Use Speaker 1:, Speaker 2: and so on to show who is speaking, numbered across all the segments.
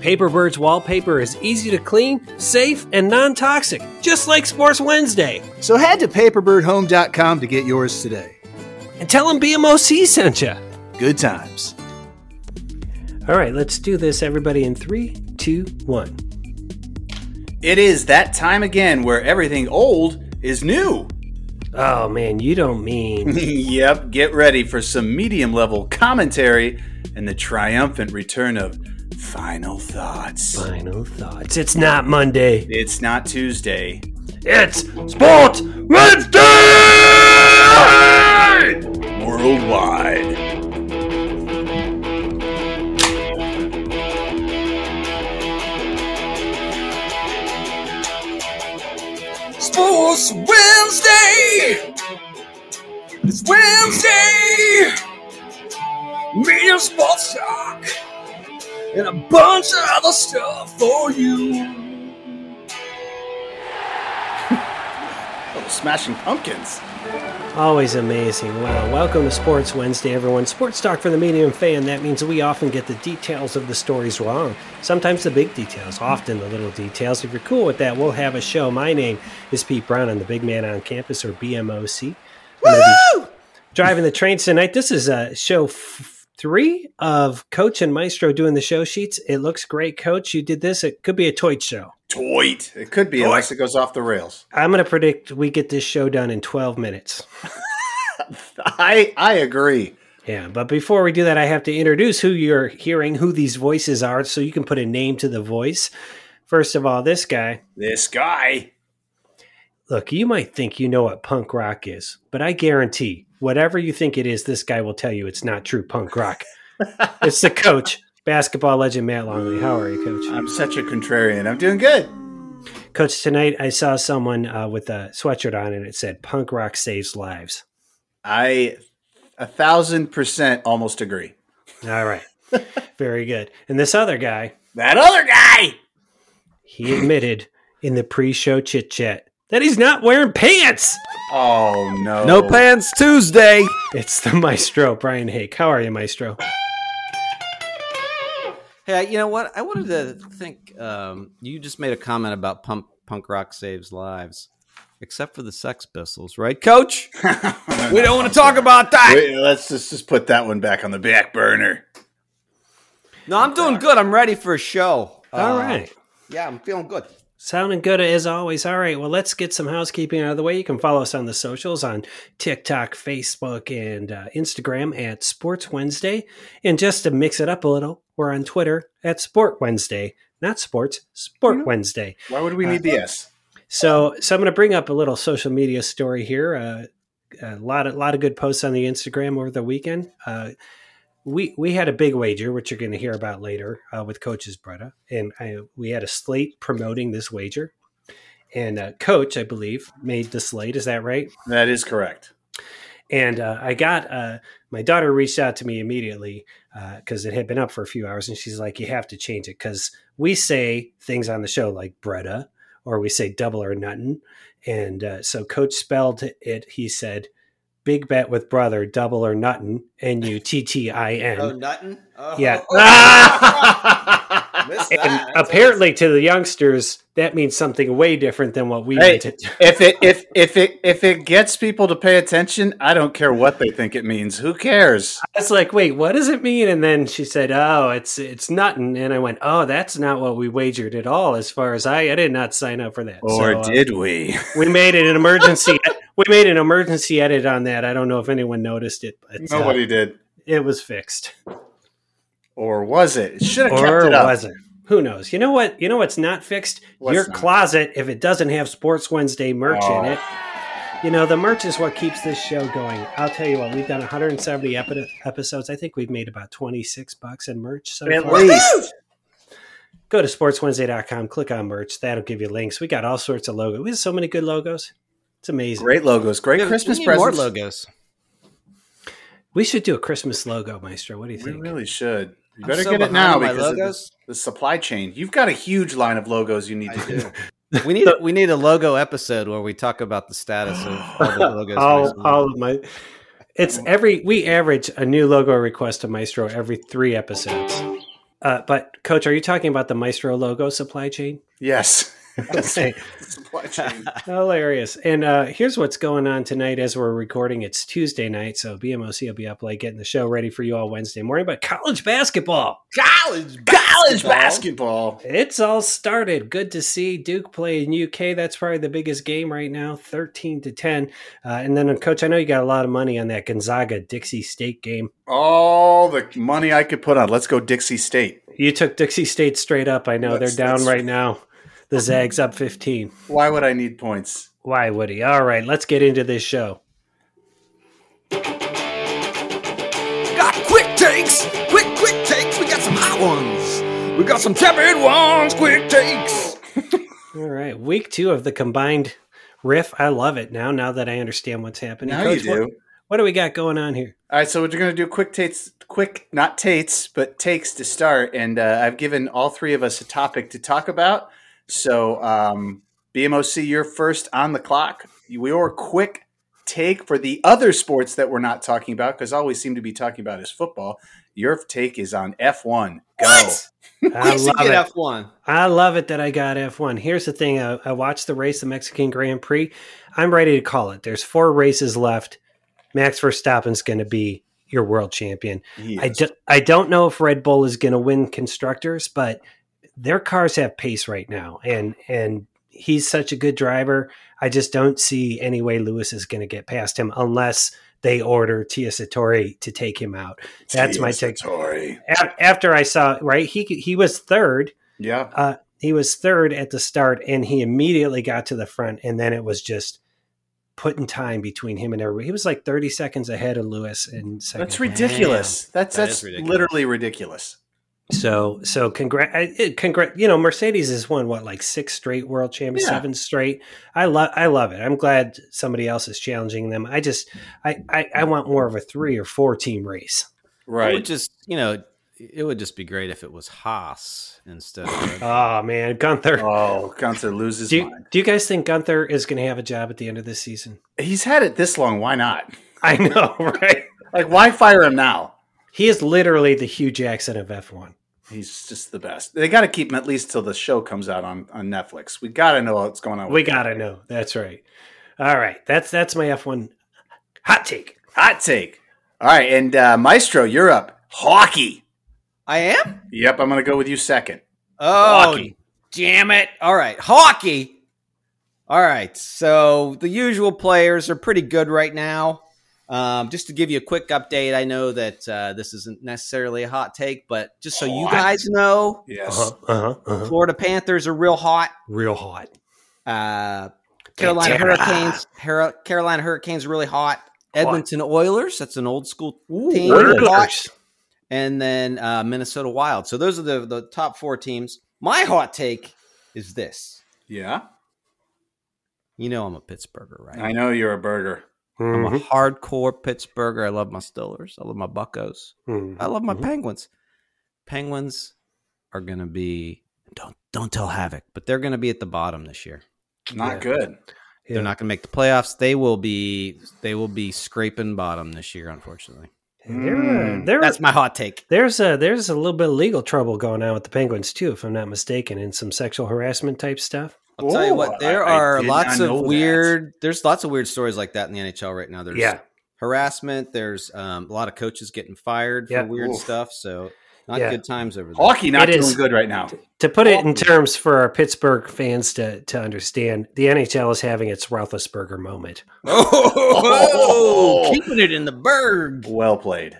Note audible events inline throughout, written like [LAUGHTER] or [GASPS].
Speaker 1: Paperbird's wallpaper is easy to clean, safe, and non toxic, just like Sports Wednesday.
Speaker 2: So head to paperbirdhome.com to get yours today.
Speaker 1: And tell them BMOC sent you.
Speaker 2: Good times.
Speaker 1: All right, let's do this, everybody, in three, two, one.
Speaker 2: It is that time again where everything old is new. [LAUGHS]
Speaker 1: Oh, man, you don't mean.
Speaker 2: yep, get ready for some medium level commentary and the triumphant return of Final Thoughts.
Speaker 1: Final thoughts. It's not Monday.
Speaker 2: It's not Tuesday.
Speaker 1: It's Sports Wednesday!
Speaker 2: Worldwide.
Speaker 3: Sports Wednesday. It's Wednesday. Media sports talk and a bunch of other stuff for you.
Speaker 2: Oh, smashing pumpkins.
Speaker 1: Always amazing. Wow. Welcome to Sports Wednesday, everyone. Sports talk for the medium fan. That means we often get the details of the stories wrong. Sometimes the big details, often the little details. If you're cool with that, we'll have a show. My name is Pete Brown. I'm the big man on campus, or BMOC. I'm gonna be Driving the trains tonight. This is uh, show f- three of Coach and Maestro doing the show sheets. It looks great, Coach. You did this. It could be a toy show.
Speaker 2: Toit. It could
Speaker 4: Oh,
Speaker 2: be unless it goes off the rails. [LAUGHS]
Speaker 1: I'm going to predict we get this show done in 12 minutes.
Speaker 2: I I agree.
Speaker 1: Yeah, but before we do that, I have to introduce who you're hearing, who these voices are, so you can put a name to the voice. First of all, this guy.
Speaker 2: This guy.
Speaker 1: Look, you might think you know what punk rock is, but I guarantee whatever you think it is, this guy will tell you it's not true punk rock. it's the coach, basketball legend Matt Longley. How are you, coach?
Speaker 2: I'm such a contrarian. I'm doing good.
Speaker 1: Coach, tonight I saw someone uh, with a sweatshirt on and it said punk rock saves lives.
Speaker 2: I a thousand percent almost agree.
Speaker 1: All right. Very good. And this other guy,
Speaker 2: That other guy.
Speaker 1: he admitted in the pre-show chit chat that he's not wearing pants.
Speaker 2: Oh no.
Speaker 4: No Pants Tuesday.
Speaker 1: It's the maestro, Brian Hake. How are you, maestro?
Speaker 4: Hey, you know what? I wanted to think. Um, you just made a comment about pump, punk rock saves lives, except for the Sex Pistols, right,
Speaker 2: [LAUGHS]
Speaker 4: Coach? we don't want to talk about that.
Speaker 2: Wait, let's just, just put that one back on the back burner.
Speaker 4: No, I'm doing good. I'm ready for a show.
Speaker 1: All
Speaker 4: Uh,
Speaker 1: right.
Speaker 4: Yeah, I'm feeling good.
Speaker 1: Sounding good as always. All right. Well, let's get some housekeeping out of the way. You can follow us on the socials on TikTok, Facebook, and uh, Instagram at Sports Wednesday. And just to mix it up a little, we're on Twitter at Sport Wednesday. Not sports, Sport Wednesday.
Speaker 2: Why would
Speaker 4: Uh,
Speaker 2: we need the S?
Speaker 1: So, so I'm going to bring up a little social media story here. Uh, a lot, of, lot of good posts on the Instagram over the weekend. Uh, we we had a big wager, which you're going to hear about later uh, with Coach's Bretta, and I, we had a slate promoting this wager. And uh, Coach, I believe, made the slate. Is that right?
Speaker 2: That is correct.
Speaker 1: And uh, I got uh, my daughter reached out to me immediately because it had been up for a few hours, and she's like, "You have to change it because we say things on the show like Bretta, or we say double or nothing." And uh, so Coach spelled it. He said, "Big bet with brother, double or nothing, N U T T
Speaker 2: [LAUGHS]
Speaker 1: I N."
Speaker 4: nothing. Oh. [LAUGHS]
Speaker 1: Yeah.
Speaker 4: Missed
Speaker 1: And
Speaker 4: that.
Speaker 1: apparently, to the youngsters, that means something way different than what we
Speaker 2: Hey.
Speaker 1: meant it.
Speaker 2: If it if if it if it gets people to pay attention, I don't care what they think it means. Who cares?
Speaker 1: I was like, "Wait, what does it mean?" And then she said, "Oh, it's it's nothing." And I went, "Oh, that's not what we wagered at all. As far as I, I did not sign up for that.
Speaker 2: Or
Speaker 1: So, uh,
Speaker 2: did we?
Speaker 1: we made it an emergency? e, we made an emergency edit on that. I don't know if anyone noticed it, but uh,
Speaker 2: Nobody did.
Speaker 1: it was fixed.
Speaker 5: Or was it? It should have kept
Speaker 1: Or
Speaker 5: it up.
Speaker 1: was it? Who knows? You know what? You know what's not fixed?
Speaker 5: What's
Speaker 1: Your
Speaker 5: not?
Speaker 1: closet, if it doesn't have Sports Wednesday merch
Speaker 5: Oh.
Speaker 1: in it. You know, the merch is what keeps this show going. I'll tell you what, we've done 170 epi- episodes. I think we've made about 26 bucks in merch so
Speaker 5: At
Speaker 1: far.
Speaker 5: least.
Speaker 1: Go to sportswednesday.com, click on merch. That'll give you links. We got all sorts of logos. We have so many good logos. It's amazing.
Speaker 5: Great logos. Great
Speaker 6: Yeah,
Speaker 5: Christmas
Speaker 6: we need more
Speaker 5: presents.
Speaker 6: logos.
Speaker 1: We should do a Christmas logo, Maestro. What do you
Speaker 5: We
Speaker 1: think?
Speaker 5: really should. You
Speaker 6: I'm
Speaker 5: better
Speaker 6: so
Speaker 5: get it
Speaker 6: behind
Speaker 5: now
Speaker 6: on my
Speaker 5: because of
Speaker 6: logos.
Speaker 5: the, the supply chain. You've got a huge line of logos you need to do.
Speaker 6: We need we need a logo episode where we talk about the status of all the logos.
Speaker 1: all, all of my it's every we average a new logo request to maestro every three episodes uh, but coach are you talking about the maestro logo supply chain
Speaker 6: [LAUGHS]
Speaker 5: Yes.
Speaker 1: Okay.
Speaker 5: supply [LAUGHS] chain.
Speaker 1: hilarious and uh, here's what's going on tonight as we're recording it's tuesday night so bmoc will be up late getting the show ready for you all wednesday morning but college basketball
Speaker 6: college.
Speaker 5: College basketball.
Speaker 1: It's all started. Good to see Duke play in UK. That's probably the biggest game right now, thirteen to ten. Uh, and then, Coach, I know you got a lot of money on that Gonzaga Dixie State game.
Speaker 5: All the money I could put on. Let's go Dixie State.
Speaker 1: You took Dixie State straight up. I know
Speaker 5: That's-
Speaker 1: they're down
Speaker 5: that's-
Speaker 1: right now. The Zags up fifteen.
Speaker 5: Why would I need points?
Speaker 1: Why, Woody? All right, let's get into this show.
Speaker 3: Got Ah, quick takes, quick, quick takes. We got some hot ones. We got some tepid ones, quick takes.
Speaker 1: All right, week two of the combined riff. I love it now. Now that I understand what's happening,
Speaker 5: Now
Speaker 1: Coach,
Speaker 5: you do.
Speaker 1: What, what do we got going on
Speaker 5: [LAUGHS]
Speaker 1: here?
Speaker 5: All right, so we're going to do quick takes, quick not tates, but takes to start, and uh, I've given all three of us a topic to talk about. So, um, BMOC, you're first on the clock. Your quick take for the other sports that we're not talking about, because all we seem to be talking about is football. Your take is on F1. Go.
Speaker 6: What?
Speaker 1: I love it.
Speaker 6: F one.
Speaker 1: I love it that I got F1. Here's the thing I, I watched the race, the Mexican Grand Prix. I'm ready to call it. There's four races left. Max Verstappen's going to be your world champion.
Speaker 5: He
Speaker 1: I,
Speaker 5: is.
Speaker 1: do, I don't know if Red Bull is going to win constructors, but their cars have pace right now. And, and, He's such a good driver. I just don't see any way Lewis is going to get past him unless they order Tia Satori to take him out. That's my take.
Speaker 5: Sorry.
Speaker 1: A- After I saw, right, he he was third,
Speaker 5: Yeah.
Speaker 1: he was third at the start and he immediately got to the front and then it was just putting time between him and everybody. He was like 30 seconds ahead of Lewis in second.
Speaker 5: That's ridiculous. That's
Speaker 6: That
Speaker 5: that's
Speaker 6: is ridiculous.
Speaker 5: literally ridiculous.
Speaker 1: So so congrat congrat you know Mercedes has won what like six straight world champions,
Speaker 5: Yeah.
Speaker 1: seven straight. I love I love it. I'm glad somebody else is challenging them. I just I, I I want more of a 3 or 4 team race.
Speaker 6: It would just you know it would just be great if it was Haas
Speaker 5: [SIGHS]
Speaker 6: instead. of
Speaker 1: Oh man, Gunther.
Speaker 5: Oh, Gunther loses
Speaker 1: do you,
Speaker 5: mind.
Speaker 1: do you guys think Gunther is going to have a job at the end of this season? [LAUGHS]
Speaker 5: He's had it this long. Why not?
Speaker 1: I know, [LAUGHS] right?
Speaker 5: Like, why fire him now?
Speaker 1: He is literally the Hugh Jackson of F1.
Speaker 5: He's just the best. They got to keep him at least till the show comes out on, on Netflix. We got to know what's going on.
Speaker 1: We
Speaker 5: With
Speaker 1: gotta know. That's right. All right. That's that's my F1 hot take.
Speaker 5: Hot take. All right, and uh, Maestro, you're up. Hockey.
Speaker 6: I am.
Speaker 5: Yep, I'm going to go with you second.
Speaker 6: Oh,
Speaker 5: Hockey.
Speaker 6: damn it! All right, hockey. All right, so the usual players are pretty good right now. Um, just to give you a quick update, I know that uh, this isn't necessarily a hot take, but just so you
Speaker 5: Hot.
Speaker 6: guys know,
Speaker 5: Yes.
Speaker 1: Uh-huh. uh-huh.
Speaker 6: Florida Panthers are real hot.
Speaker 1: Real hot.
Speaker 6: Uh, Carolina
Speaker 1: Pantera.
Speaker 6: Hurricanes, Hur- Carolina Hurricanes, are really hot. Edmonton Oilers, that's an old school team,
Speaker 1: Oilers.
Speaker 6: hot. and then uh, Minnesota Wild. So those are the the top four teams. My hot take is this:
Speaker 5: Yeah.
Speaker 6: you know I'm a Pittsburgher, right?
Speaker 5: I know you're a burger.
Speaker 6: I'm a
Speaker 5: Mm-hmm.
Speaker 1: Mhm.
Speaker 6: hardcore Pittsburgher. I love my Steelers. I love my Buckos. I love my
Speaker 1: Mhm.
Speaker 5: Mm-hmm.
Speaker 6: Penguins. Penguins are gonna be don't don't tell havoc, but they're gonna be at the bottom this year.
Speaker 5: Not
Speaker 1: Yeah.
Speaker 5: good.
Speaker 1: Yeah.
Speaker 6: They're not gonna make the playoffs. They will be they will be scraping bottom this year, unfortunately.
Speaker 1: They're- they're-
Speaker 6: That's my hot take.
Speaker 1: there's a there's a little bit of legal trouble going on with the Penguins too, if I'm not mistaken, and some sexual harassment type stuff.
Speaker 6: I'll tell you
Speaker 5: Oh,
Speaker 6: what, there
Speaker 5: I- I
Speaker 6: are
Speaker 5: did
Speaker 6: lots
Speaker 5: not know
Speaker 6: of
Speaker 5: that.
Speaker 6: weird there's lots of weird stories like that in the NHL right now. There's
Speaker 1: Yeah.
Speaker 6: harassment, there's um, a lot of coaches getting fired
Speaker 1: Yeah.
Speaker 6: for weird
Speaker 5: Oof.
Speaker 6: stuff. So not
Speaker 1: Yeah.
Speaker 6: good times over there.
Speaker 5: Hockey not
Speaker 1: It
Speaker 5: doing
Speaker 1: is.
Speaker 5: good right now.
Speaker 1: To put it in terms for our Pittsburgh fans to to understand, the NHL is having its Roethlisberger moment.
Speaker 6: Oh,
Speaker 5: Oh. [LAUGHS]
Speaker 6: keeping it in the berg.
Speaker 5: Well played.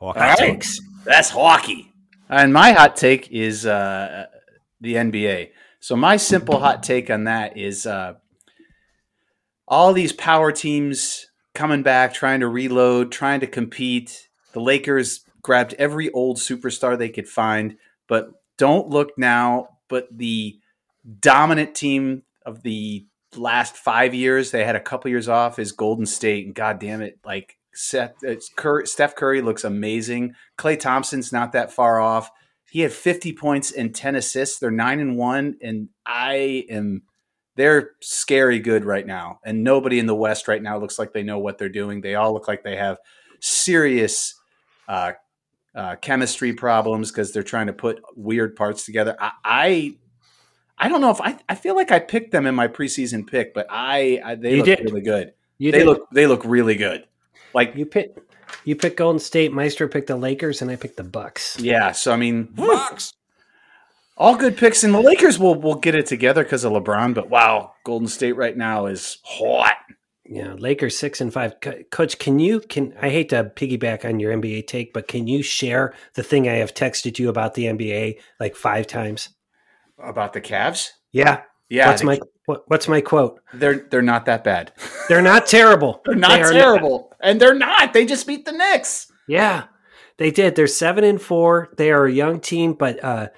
Speaker 1: Hawkeye
Speaker 5: All right.
Speaker 1: takes.
Speaker 5: That's hockey. And my hot take is uh, the NBA. So my simple hot take on that is uh, all these power teams coming back, trying to reload, trying to compete. The Lakers grabbed every old superstar they could find, but don't look now. But the dominant team of the last five years, they had a couple years off, is Golden State, and God damn it, like Seth, it's Cur- Steph Curry looks amazing. Clay Thompson's not that far off. He had 50 points and 10 assists. They're nine and one, and I am they're scary good right now. And nobody in the West right now looks like they know what they're doing. They all look like they have serious uh, uh, chemistry problems because they're trying to put weird parts together. I, I I don't know if I I feel like I picked them in my preseason pick, but I, I they
Speaker 1: You
Speaker 5: look
Speaker 1: did.
Speaker 5: really good.
Speaker 1: You
Speaker 5: they
Speaker 1: did.
Speaker 5: look they look really good. Like
Speaker 1: You pick. You pick Golden State. Meister picked the Lakers, and I picked the Bucks.
Speaker 5: Yeah, so I mean, all good picks, and the Lakers will will get it together because of LeBron. But wow, Golden State right now is hot.
Speaker 1: Yeah, Lakers six and five. Co- Coach, can you can I hate to piggyback on your NBA take, but can you share the thing I have texted you about the NBA like five times?
Speaker 5: About the Cavs,
Speaker 1: Yeah.
Speaker 5: yeah,
Speaker 1: what's my what, what's my quote?
Speaker 5: they're they're not
Speaker 1: [LAUGHS]
Speaker 5: that bad.
Speaker 1: They're not terrible.
Speaker 5: [LAUGHS] They're not
Speaker 1: They are
Speaker 5: terrible, and they're not. They just beat the Knicks.
Speaker 1: Yeah, they did. They're seven and four. They are a young team, but uh,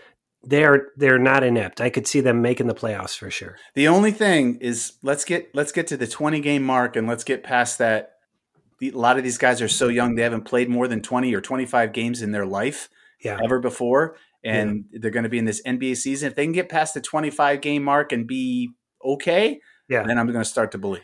Speaker 1: they're they're not inept. I could see them making the playoffs for sure.
Speaker 5: The only thing is, let's get let's get to the twenty game mark, and let's get past that. The- A lot of these guys are so young; they haven't played more than twenty or twenty five games in their life.
Speaker 1: Yeah,
Speaker 5: ever before. And they're going to be in this NBA season. If they can get past the 25 game mark and be okay,
Speaker 1: Yeah.
Speaker 5: then I'm going to start to believe.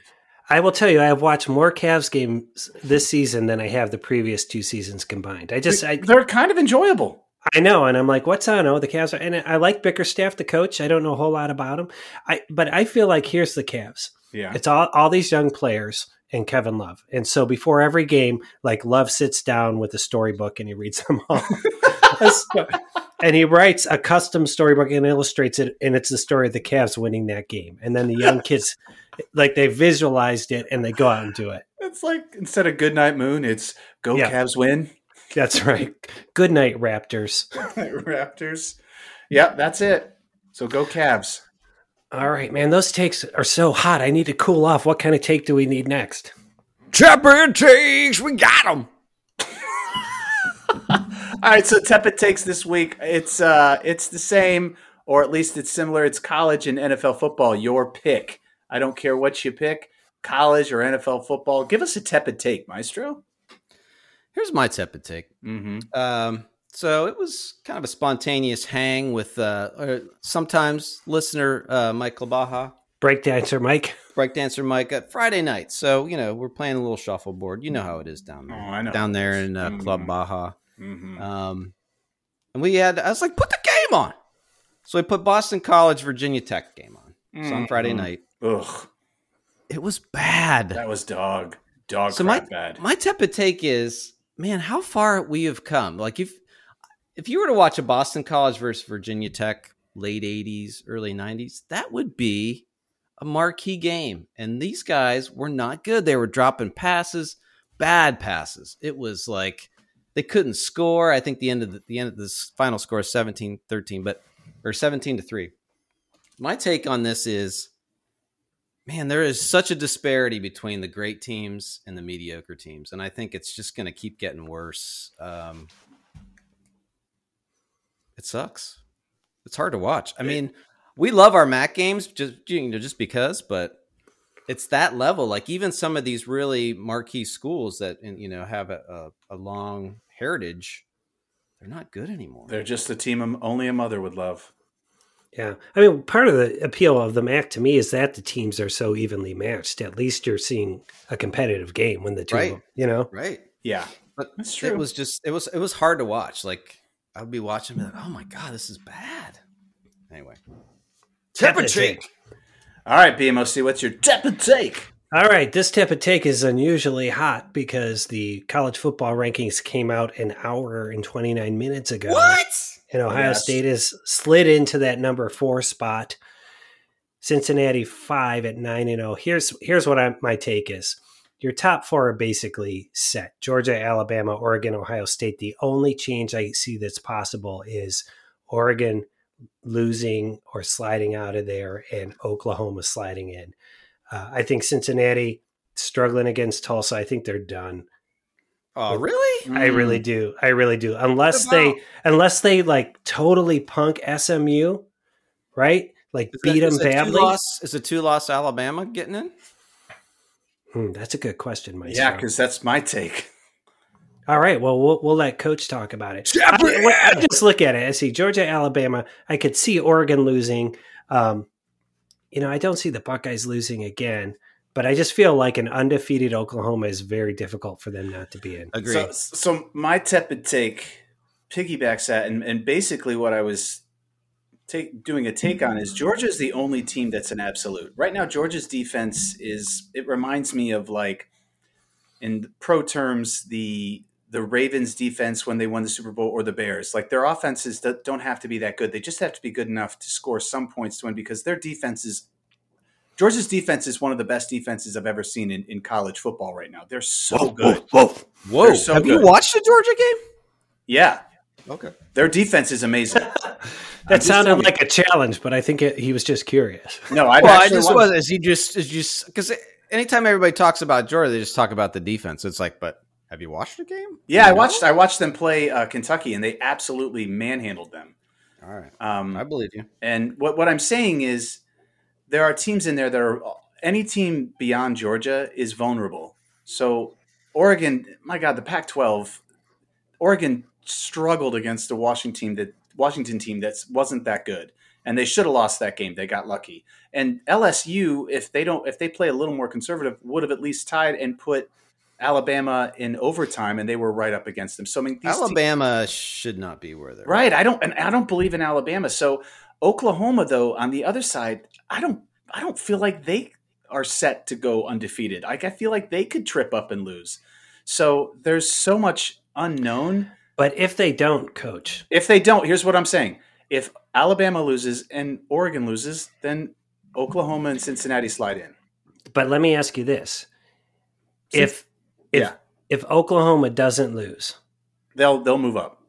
Speaker 1: I will tell you, I have watched more Cavs games this season than I have the previous two seasons combined. I just I,
Speaker 5: they're kind of enjoyable.
Speaker 1: I know, and I'm like, what's on? Oh, the Cavs are, and I like Bickerstaff, the coach. I don't know a whole lot about him, I but I feel like here's the Cavs.
Speaker 5: Yeah.
Speaker 1: It's all all these young players and Kevin Love, and so before every game, like Love sits down with a storybook and he reads them all, [LAUGHS] A sto- and he writes a custom storybook and illustrates it, and it's the story of the Cavs winning that game, and then the young kids, like they visualized it and they go out and do it.
Speaker 5: It's like instead of good night moon, it's go
Speaker 1: Yeah.
Speaker 5: Cavs win [LAUGHS]
Speaker 1: That's right. Good night, Raptors.
Speaker 5: Raptors. Yeah, that's it. So go Cavs.
Speaker 1: All right, man. Those takes are so hot. I need to cool off. What kind of take do we need next?
Speaker 3: Tepid takes, we got them.
Speaker 5: [LAUGHS] All right, so Tepid takes this week. It's uh it's the same or at least it's similar. It's college and NFL football. Your pick. I don't care what you pick, college or NFL football. Give us a tepid take, Maestro.
Speaker 6: Here's my tepid take.
Speaker 5: Mm-hmm.
Speaker 6: Um, so it was kind of a spontaneous hang with uh, or sometimes listener uh, Mike Labaha,
Speaker 1: Breakdancer Mike.
Speaker 6: breakdancer Mike, at Friday night. So you know we're playing a little shuffleboard. You know how it is down
Speaker 5: Oh,
Speaker 6: there,
Speaker 5: I know.
Speaker 6: down there in uh, Club
Speaker 5: Mhm.
Speaker 6: Baja.
Speaker 5: Mm-hmm.
Speaker 6: Um, and we had I was like, put the game on. So we put Boston College Virginia Tech game on. So on Friday
Speaker 5: Mhm.
Speaker 6: night,
Speaker 5: Ugh,
Speaker 6: it was bad.
Speaker 5: that was dog. Dog
Speaker 6: So
Speaker 5: crap bad.
Speaker 6: My tepid take is, man, how far we have come. Like if if you were to watch a Boston College versus Virginia Tech late '80s, early '90s, that would be a marquee game. And these guys were not good. They were dropping passes, bad passes. It was like they couldn't score. I think the end of the, the end of this final score is 17-13, but or 17 to 3. My take on this is man, there is such a disparity between the great teams and the mediocre teams, and I think it's just going to keep getting worse. Um, it sucks. It's hard to watch. I mean, we love our Mac games just you know just because, but it's that level. Like even some of these really marquee schools that and, you know have a, a, a long heritage, they're not good anymore.
Speaker 5: They're just the team um, only a mother would love.
Speaker 1: Yeah. I mean, part of the appeal of the MAC to me is that the teams are so evenly matched. At least you're seeing a competitive game when the two, of
Speaker 6: Right.
Speaker 1: them, you know?
Speaker 6: right.
Speaker 5: Yeah,
Speaker 6: But
Speaker 5: that's
Speaker 6: It
Speaker 5: true.
Speaker 6: was just it was it was hard to watch. Like I would be watching, and be like, oh my god, this is bad. Anyway,
Speaker 1: Tepid
Speaker 6: Temperature.
Speaker 1: take.
Speaker 5: All right, BMOC, what's your tepid take?
Speaker 1: All right. This type of take is unusually hot because the college football rankings came out an hour and 29 minutes ago. And Ohio
Speaker 5: Yes.
Speaker 1: State has slid into that number four spot. oh. Cincinnati five at nine and zero. Here's here's what I, my take is. your top four are basically set Georgia, Alabama, Oregon, Ohio State. The only change I see that's possible is Oregon losing or sliding out of there and Oklahoma sliding in. Uh, I think Cincinnati struggling against Tulsa. I think they're done.
Speaker 6: Oh, really?
Speaker 1: I really do. I really do. Unless they unless they like totally punk SMU, right? Like
Speaker 6: Is
Speaker 1: beat
Speaker 6: that- is
Speaker 1: them
Speaker 6: a
Speaker 1: badly.
Speaker 6: two-loss- Is a two-loss Alabama getting in?
Speaker 1: Hmm, that's a good question, Mike.
Speaker 5: Yeah, because that's my take.
Speaker 1: All right. Well, we'll we'll let Coach talk about it. I,
Speaker 3: Jeopardy!
Speaker 1: well, I just look at it. I see Georgia, Alabama. I could see Oregon losing. Um, you know, I don't see the Buckeyes losing again, but I just feel like an undefeated Oklahoma is very difficult for them not to be in.
Speaker 6: Agree.
Speaker 5: So, so my tepid take piggybacks that, and, and basically what I was take, doing a take on is Georgia's the only team that's an absolute right now. Georgia's defense is it reminds me of like in pro terms the the Ravens defense when they won the Super Bowl or the Bears. Like their offenses that don't have to be that good; they just have to be good enough to score some points to win because their defense is. Georgia's defense is one of the best defenses I've ever seen in, in college football right now. They're so good.
Speaker 6: Whoa!
Speaker 5: They're so
Speaker 6: Have you
Speaker 5: good.
Speaker 6: watched the Georgia game?
Speaker 5: Yeah,
Speaker 6: Okay.
Speaker 5: their defense is
Speaker 6: [LAUGHS]
Speaker 5: amazing.
Speaker 1: That sounded
Speaker 5: telling you.
Speaker 1: like a challenge, but I think it, he was just curious.
Speaker 5: No, I've
Speaker 6: well, I
Speaker 5: actually
Speaker 6: just
Speaker 5: won-
Speaker 6: was. Is you just is you because anytime everybody talks about Georgia, they just talk about the defense. It's like, but have you watched the game?
Speaker 5: Yeah, I
Speaker 6: No?
Speaker 5: watched. I watched them play uh, Kentucky, and they absolutely manhandled them.
Speaker 6: All right,
Speaker 5: Um,
Speaker 6: I believe you.
Speaker 5: And what, what I'm saying is there are teams in there that are any team beyond Georgia is vulnerable. So Oregon, my God, the Pac-12, Oregon struggled against the Washington team that Washington team that wasn't that good, and they should have lost that game. They got lucky. And LSU, if they don't, if they play a little more conservative, would have at least tied and put Alabama in overtime, and they were right up against them. So I mean, these teams-
Speaker 6: Alabama should not be where they're
Speaker 5: Right. I don't and I don't believe in Alabama. So Oklahoma though, on the other side, I don't I don't feel like they are set to go undefeated. Like I feel like they could trip up and lose. So there's so much unknown.
Speaker 1: But if they don't, coach,
Speaker 5: If they don't, here's what I'm saying. If Alabama loses and Oregon loses, then Oklahoma and Cincinnati slide in.
Speaker 1: but let me ask you this: if if
Speaker 5: Yeah.
Speaker 1: if Oklahoma doesn't lose,
Speaker 5: They'll they'll move up.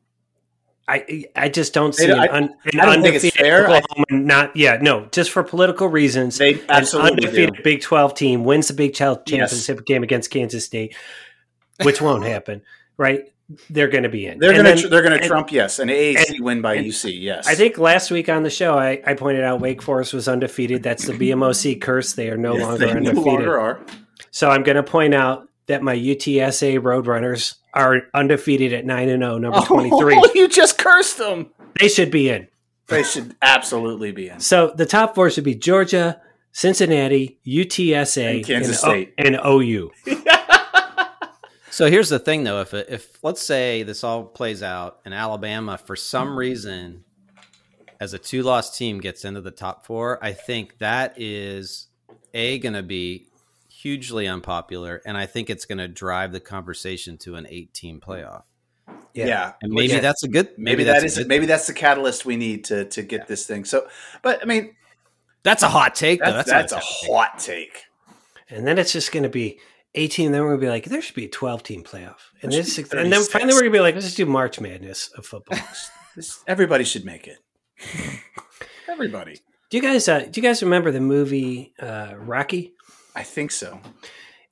Speaker 1: I I just don't
Speaker 5: They
Speaker 1: see
Speaker 5: don't-
Speaker 1: an, un, an
Speaker 5: I don't think it's
Speaker 1: undefeated
Speaker 5: fair. I-
Speaker 1: Oklahoma. Not yeah, no, just for political reasons.
Speaker 5: They
Speaker 1: an
Speaker 5: absolutely do.
Speaker 1: undefeated Big Twelve team wins the Big Twelve
Speaker 5: Yes.
Speaker 1: championship game against Kansas State, which won't happen, right? They're going to be in.
Speaker 5: They're
Speaker 1: And
Speaker 5: gonna
Speaker 1: then
Speaker 5: tr- they're gonna
Speaker 1: and-
Speaker 5: trump yes, an AAC win by
Speaker 1: and-
Speaker 5: UC yes.
Speaker 1: I think last week on the show, I, I pointed out Wake Forest was undefeated. That's the BMOC curse. They are no
Speaker 5: Yes,
Speaker 1: longer
Speaker 5: they no
Speaker 1: undefeated.
Speaker 5: longer are.
Speaker 1: So I'm going to point out that my UTSA Roadrunners are undefeated at 9 and 0, number 23.
Speaker 5: [LAUGHS] Oh, you just cursed them.
Speaker 1: They should be in.
Speaker 5: They should absolutely be in.
Speaker 1: So the top four should be Georgia, Cincinnati, UTSA,
Speaker 5: And Kansas
Speaker 1: O-
Speaker 5: State.
Speaker 1: and OU.
Speaker 6: So here's the thing, though. If if let's say this all plays out and Alabama, for some reason, as a two loss team gets into the top four, I think that is a going to be hugely unpopular, and I think it's going to drive the conversation to an eight team playoff.
Speaker 5: Yeah.
Speaker 6: And maybe
Speaker 1: Yeah.
Speaker 6: that's a good.
Speaker 5: Maybe, that
Speaker 6: a
Speaker 5: is
Speaker 6: good-
Speaker 5: maybe that's the catalyst we need to to get this thing. So, but I mean,
Speaker 6: that's a hot take. though.
Speaker 5: that's, that's,
Speaker 6: not
Speaker 5: a hot
Speaker 6: hot take.
Speaker 5: take.
Speaker 1: And then it's just going to be 18. Then we're going to be like, there should be a 12 team playoff. And,
Speaker 5: There
Speaker 1: then,
Speaker 5: should be
Speaker 1: six, and then
Speaker 5: 36.
Speaker 1: finally we're going to be like, let's just do March Madness of
Speaker 5: [LAUGHS]
Speaker 1: football.
Speaker 5: This, everybody should make
Speaker 6: [LAUGHS]
Speaker 5: it. everybody,
Speaker 1: do you guys uh, do you guys remember the movie uh, Rocky?
Speaker 5: I think so.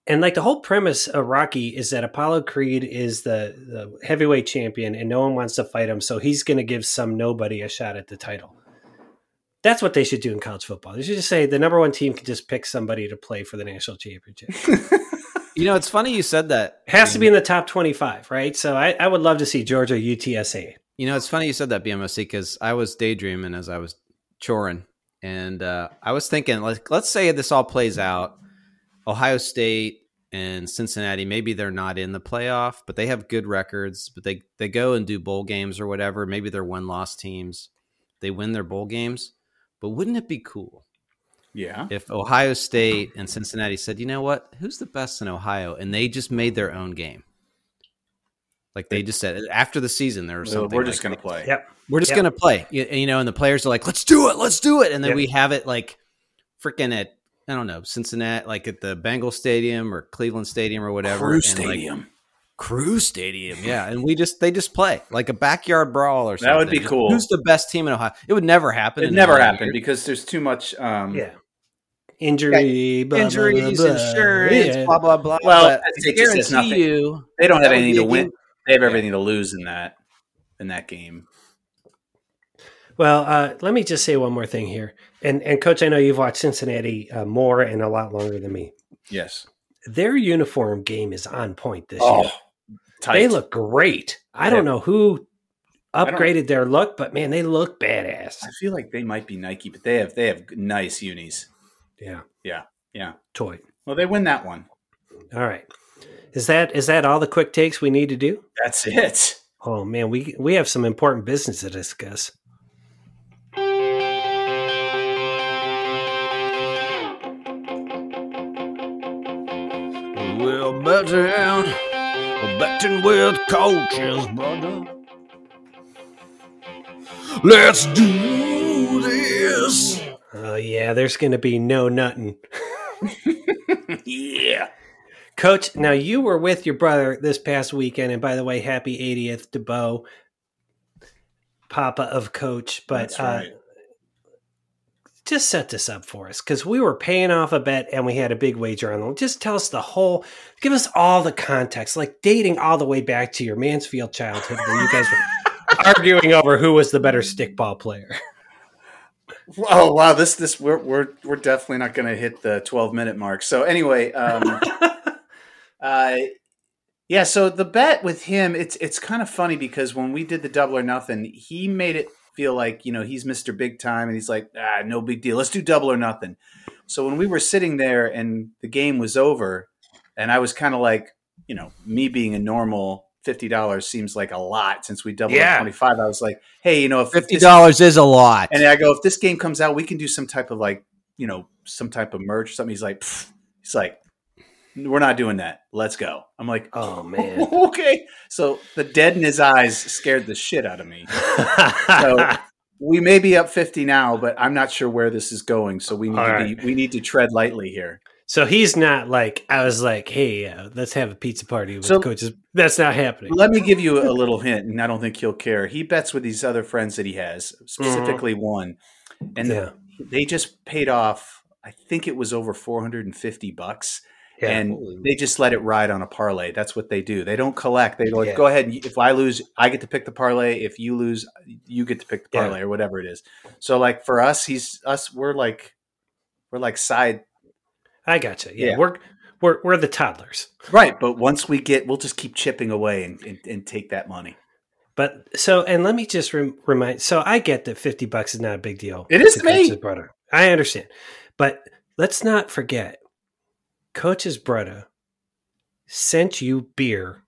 Speaker 1: and like the whole premise of Rocky is that Apollo Creed is the, the heavyweight champion and no one wants to fight him, so he's going to give some nobody a shot at the title. That's what they should do in college football. They should just say the number one team can just pick somebody to play for the national championship. It
Speaker 6: You know, it's funny you said that.
Speaker 1: has to be in the top 25, right? So I, I would love to see Georgia UTSA.
Speaker 6: You know, it's funny you said that BMOC because I was daydreaming as I was choring, and uh, I was thinking, like, let's say this all plays out, Ohio State and Cincinnati, maybe they're not in the playoff, but they have good records, but they they go and do bowl games or whatever. Maybe they're one loss teams, they win their bowl games, but wouldn't it be cool
Speaker 5: Yeah,
Speaker 6: if Ohio State and Cincinnati said, you know what, who's the best in Ohio, and they just made their own game. Like they just said after the season, there was
Speaker 5: So
Speaker 6: something.
Speaker 5: we're just
Speaker 6: like
Speaker 5: gonna
Speaker 6: that
Speaker 5: play.
Speaker 1: Yep.
Speaker 6: we're just
Speaker 1: Yeah.
Speaker 6: gonna play you, you know and the players are like let's do it let's do it and then
Speaker 1: Yeah.
Speaker 6: we have it like freaking at I don't know, Cincinnati, like at the Bengal Stadium or Cleveland Stadium or whatever.
Speaker 5: Crew
Speaker 6: and, like,
Speaker 5: Stadium.
Speaker 6: Crew Stadium. Yeah, and we just they just play like a backyard brawl or something.
Speaker 5: That would be
Speaker 6: Just
Speaker 5: cool.
Speaker 6: Who's the best team in Ohio? It would never happen.
Speaker 5: it
Speaker 6: in
Speaker 5: never
Speaker 6: Ohio.
Speaker 5: happened because there's too much. Um,
Speaker 1: Yeah. Injury, blah, blah, blah,
Speaker 6: Injuries,
Speaker 1: blah.
Speaker 6: insurance,
Speaker 1: Yeah.
Speaker 6: blah blah blah.
Speaker 5: Well,
Speaker 6: But
Speaker 5: I'd
Speaker 6: I
Speaker 5: say just it's
Speaker 6: guarantee
Speaker 5: nothing.
Speaker 6: you,
Speaker 5: They don't have
Speaker 6: that would
Speaker 5: anything
Speaker 6: be
Speaker 5: to
Speaker 6: a
Speaker 5: win.
Speaker 6: game-
Speaker 5: They have everything to lose in that in that game.
Speaker 1: Well, uh, let me just say one more thing here. And, and Coach, I know you've watched Cincinnati uh, more and a lot longer than me.
Speaker 5: Yes.
Speaker 1: Their uniform game is on point this year.
Speaker 5: Oh, tight.
Speaker 1: They look great. I
Speaker 5: Yeah.
Speaker 1: don't know who
Speaker 5: don't-
Speaker 1: upgraded their look, but man, they look badass.
Speaker 5: I feel like they might be Nike, but they have they have nice unis.
Speaker 1: Yeah.
Speaker 5: Yeah. Yeah.
Speaker 1: Toy.
Speaker 5: Well, they win that one.
Speaker 1: All right. Is that is that all the quick takes we need to do?
Speaker 5: That's it.
Speaker 1: Oh man, we we have some important business to discuss.
Speaker 3: Well, betting, betting with coaches, brother. Let's do this.
Speaker 1: Oh yeah, there's going to be no nutting.
Speaker 5: yeah.
Speaker 1: Coach, now you were with your brother this past weekend, and by the way, happy 80th to Bo, Papa of Coach. But
Speaker 5: That's right.
Speaker 1: uh, just set this up for us because we were paying off a bet and we had a big wager on them. Just tell us the whole, give us all the context, like dating all the way back to your Mansfield childhood where you guys were
Speaker 5: [LAUGHS]
Speaker 1: arguing over who was the better stickball player.
Speaker 5: Oh wow, this this we're we're we're definitely not going to hit the 12 minute mark. So anyway, um
Speaker 6: [LAUGHS]
Speaker 5: uh yeah, so the bet with him it's it's kind of funny because when we did the double or nothing, he made it feel like, you know, he's Mr. Big Time and he's like, "Ah, no big deal. Let's do double or nothing." So when we were sitting there and the game was over and I was kind of like, you know, me being a normal $50 seems like a lot since we doubled
Speaker 1: Yeah.
Speaker 5: at 25. I was like, "Hey, you know, if if
Speaker 6: fifty
Speaker 5: this-
Speaker 6: dollars is a lot.
Speaker 5: and I go, if this game comes out, we can do some type of like, you know, some type of merch or something. He's like, "Pfft." he's like, we're not doing that. Let's go. I'm like,
Speaker 1: [LAUGHS] Oh, man.
Speaker 5: [LAUGHS] okay. So the dead in his eyes scared the shit out of me. So we may be up 50 now, but I'm not sure where this is going. So we need
Speaker 1: All
Speaker 5: to
Speaker 1: right.
Speaker 5: be, we need to tread lightly here.
Speaker 1: So he's not like I was like, hey, uh, let's have a pizza party with
Speaker 5: So-
Speaker 1: coaches. That's not happening.
Speaker 5: Let me give you a little hint, and I don't think he'll care. He bets with these other friends that he has, specifically one, and
Speaker 1: Mm-hmm. Yeah.
Speaker 5: they just paid off. I think it was over 450 bucks.
Speaker 1: Yeah.
Speaker 5: and
Speaker 6: Holy
Speaker 5: they just let it ride on a parlay. That's what they do. They don't collect. They like
Speaker 1: Yeah.
Speaker 5: go ahead. and If I lose, I get to pick the parlay. If you lose, you get to pick the
Speaker 1: Yeah.
Speaker 5: parlay or whatever it is. So like for us, he's us. We're like we're like side
Speaker 1: I gotcha. Yeah,
Speaker 5: Yeah.
Speaker 1: we're we're we're the toddlers.
Speaker 5: right. But once we get, we'll just keep chipping away and and, and take that money.
Speaker 1: But so, and let me just rem- remind. So I get that fifty bucks is not a big deal.
Speaker 5: It is to me.
Speaker 1: Coach's brother. I understand, but let's not forget, Coach's brother sent you beer,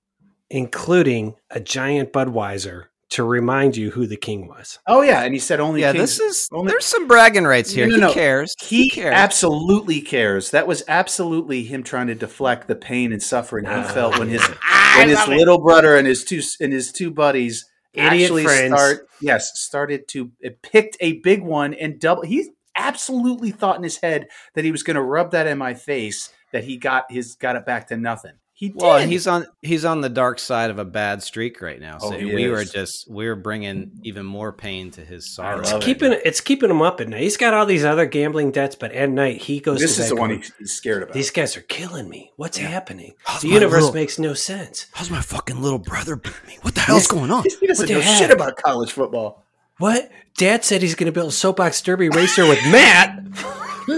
Speaker 1: including a giant Budweiser, to remind you who the king was.
Speaker 5: Oh yeah, and he said only.
Speaker 6: yeah,
Speaker 5: kings-
Speaker 6: this is
Speaker 5: only-
Speaker 6: there's some bragging rights here.
Speaker 5: No, no, no.
Speaker 6: He cares.
Speaker 5: He
Speaker 6: cares.
Speaker 5: absolutely cares. That was absolutely him trying to deflect the pain and suffering
Speaker 1: Ah.
Speaker 5: he felt when his
Speaker 1: [LAUGHS]
Speaker 6: Ah,
Speaker 5: when his little brother and his two and his two buddies
Speaker 1: Idiot
Speaker 5: actually
Speaker 1: friends.
Speaker 5: start yes started to it picked a big one and double. He absolutely thought in his head that he was going to rub that in my face that he got his got it back to nothing. He did.
Speaker 6: Well, Oh, and he's on he's on the dark side of a bad streak right now.
Speaker 5: Oh,
Speaker 6: So
Speaker 5: he
Speaker 6: we
Speaker 5: is.
Speaker 6: were just we were bringing even more pain to his sorrow.
Speaker 5: I love
Speaker 1: it's keeping it's keeping him up at night. He's got all these other gambling debts, but at night he goes.
Speaker 5: this
Speaker 1: to
Speaker 5: is
Speaker 1: bed
Speaker 5: the one
Speaker 1: going,
Speaker 5: he- he's scared about.
Speaker 1: These guys are killing me. What's happening?
Speaker 3: How's
Speaker 1: the
Speaker 3: my
Speaker 1: universe
Speaker 3: little-
Speaker 1: makes no sense.
Speaker 3: How's my fucking little brother beat me? What the hell's going on?
Speaker 5: he doesn't
Speaker 1: What the
Speaker 5: know
Speaker 1: heck?
Speaker 5: shit about college football.
Speaker 1: What? Dad said he's going to build a soapbox derby racer with Matt.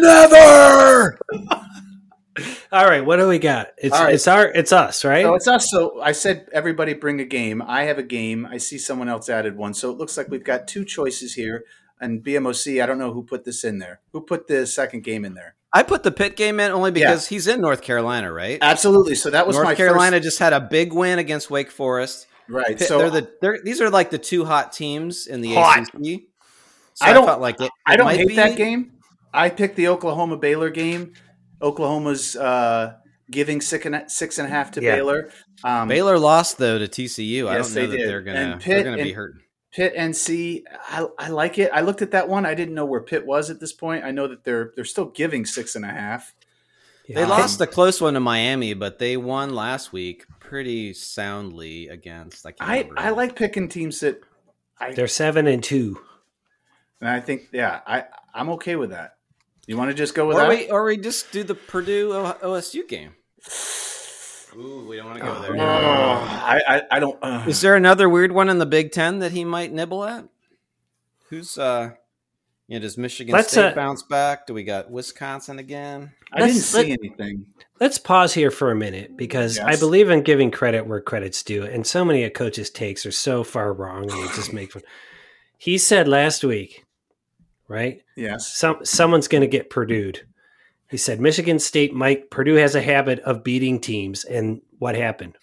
Speaker 3: Never.
Speaker 1: All right, what do we got? It's
Speaker 5: All right.
Speaker 1: it's our it's us, right?
Speaker 5: So it's us. So I said everybody bring a game. I have a game. I see someone else added one. So it looks like we've got two choices here. And BMOC, I don't know who put this in there. Who put the second game in there?
Speaker 6: I put the pit game in only because he's in North Carolina, right?
Speaker 5: Absolutely. So that was my
Speaker 6: North
Speaker 5: first-
Speaker 6: Carolina just had a big win against Wake Forest.
Speaker 5: right.
Speaker 6: Pitt-
Speaker 5: So
Speaker 6: they're the they're, these are like the two hot teams in the
Speaker 5: Hot.
Speaker 6: ACC. So
Speaker 5: I don't-
Speaker 6: felt like it,
Speaker 5: I
Speaker 6: it
Speaker 5: don't
Speaker 6: might
Speaker 5: hate
Speaker 6: be-
Speaker 5: that game. I picked the Oklahoma Baylor game. Oklahoma's uh, giving six and, a- six and a half to
Speaker 1: Yeah.
Speaker 5: Baylor. Um,
Speaker 6: Baylor lost though to TCU. I
Speaker 5: Yes,
Speaker 6: don't know
Speaker 5: they
Speaker 6: that
Speaker 5: did.
Speaker 6: they're gonna
Speaker 5: And
Speaker 6: they're
Speaker 5: Pitt
Speaker 6: gonna be
Speaker 5: and-
Speaker 6: hurt.
Speaker 5: Pitt NC, I, I like it. I looked at that one. I didn't know where Pitt was at this point. I know that they're they're still giving six and a half.
Speaker 6: They lost a close one to Miami, but they won last week pretty soundly against. I can't
Speaker 5: I,
Speaker 6: remember.
Speaker 5: I like picking teams that I
Speaker 1: They're seven and two.
Speaker 5: and I think yeah I I'm okay with that. You want to just go with
Speaker 6: Or
Speaker 5: that?
Speaker 6: we, or we just do the Purdue O-
Speaker 5: [SIGHS]
Speaker 6: OSU game. Ooh, we don't want to go there.
Speaker 5: Oh, I, I I don't. Uh,
Speaker 6: Is there another weird one in the Big Ten that he might nibble at? Who's uh? You know, does Michigan
Speaker 1: Let's,
Speaker 6: State
Speaker 1: uh,
Speaker 6: bounce back? Do we got Wisconsin again?
Speaker 5: I didn't
Speaker 1: let's- let-
Speaker 5: see anything.
Speaker 1: Let's pause here for a minute because I
Speaker 5: Yes.
Speaker 1: believe in giving credit where credit's due, and so many of coaches' takes are so far wrong, and it just makes fun. He said last week, right?
Speaker 5: Yes.
Speaker 1: Some someone's going to get Purdue'd. He said Michigan State, Mike Purdue has a habit of beating teams, and what happened?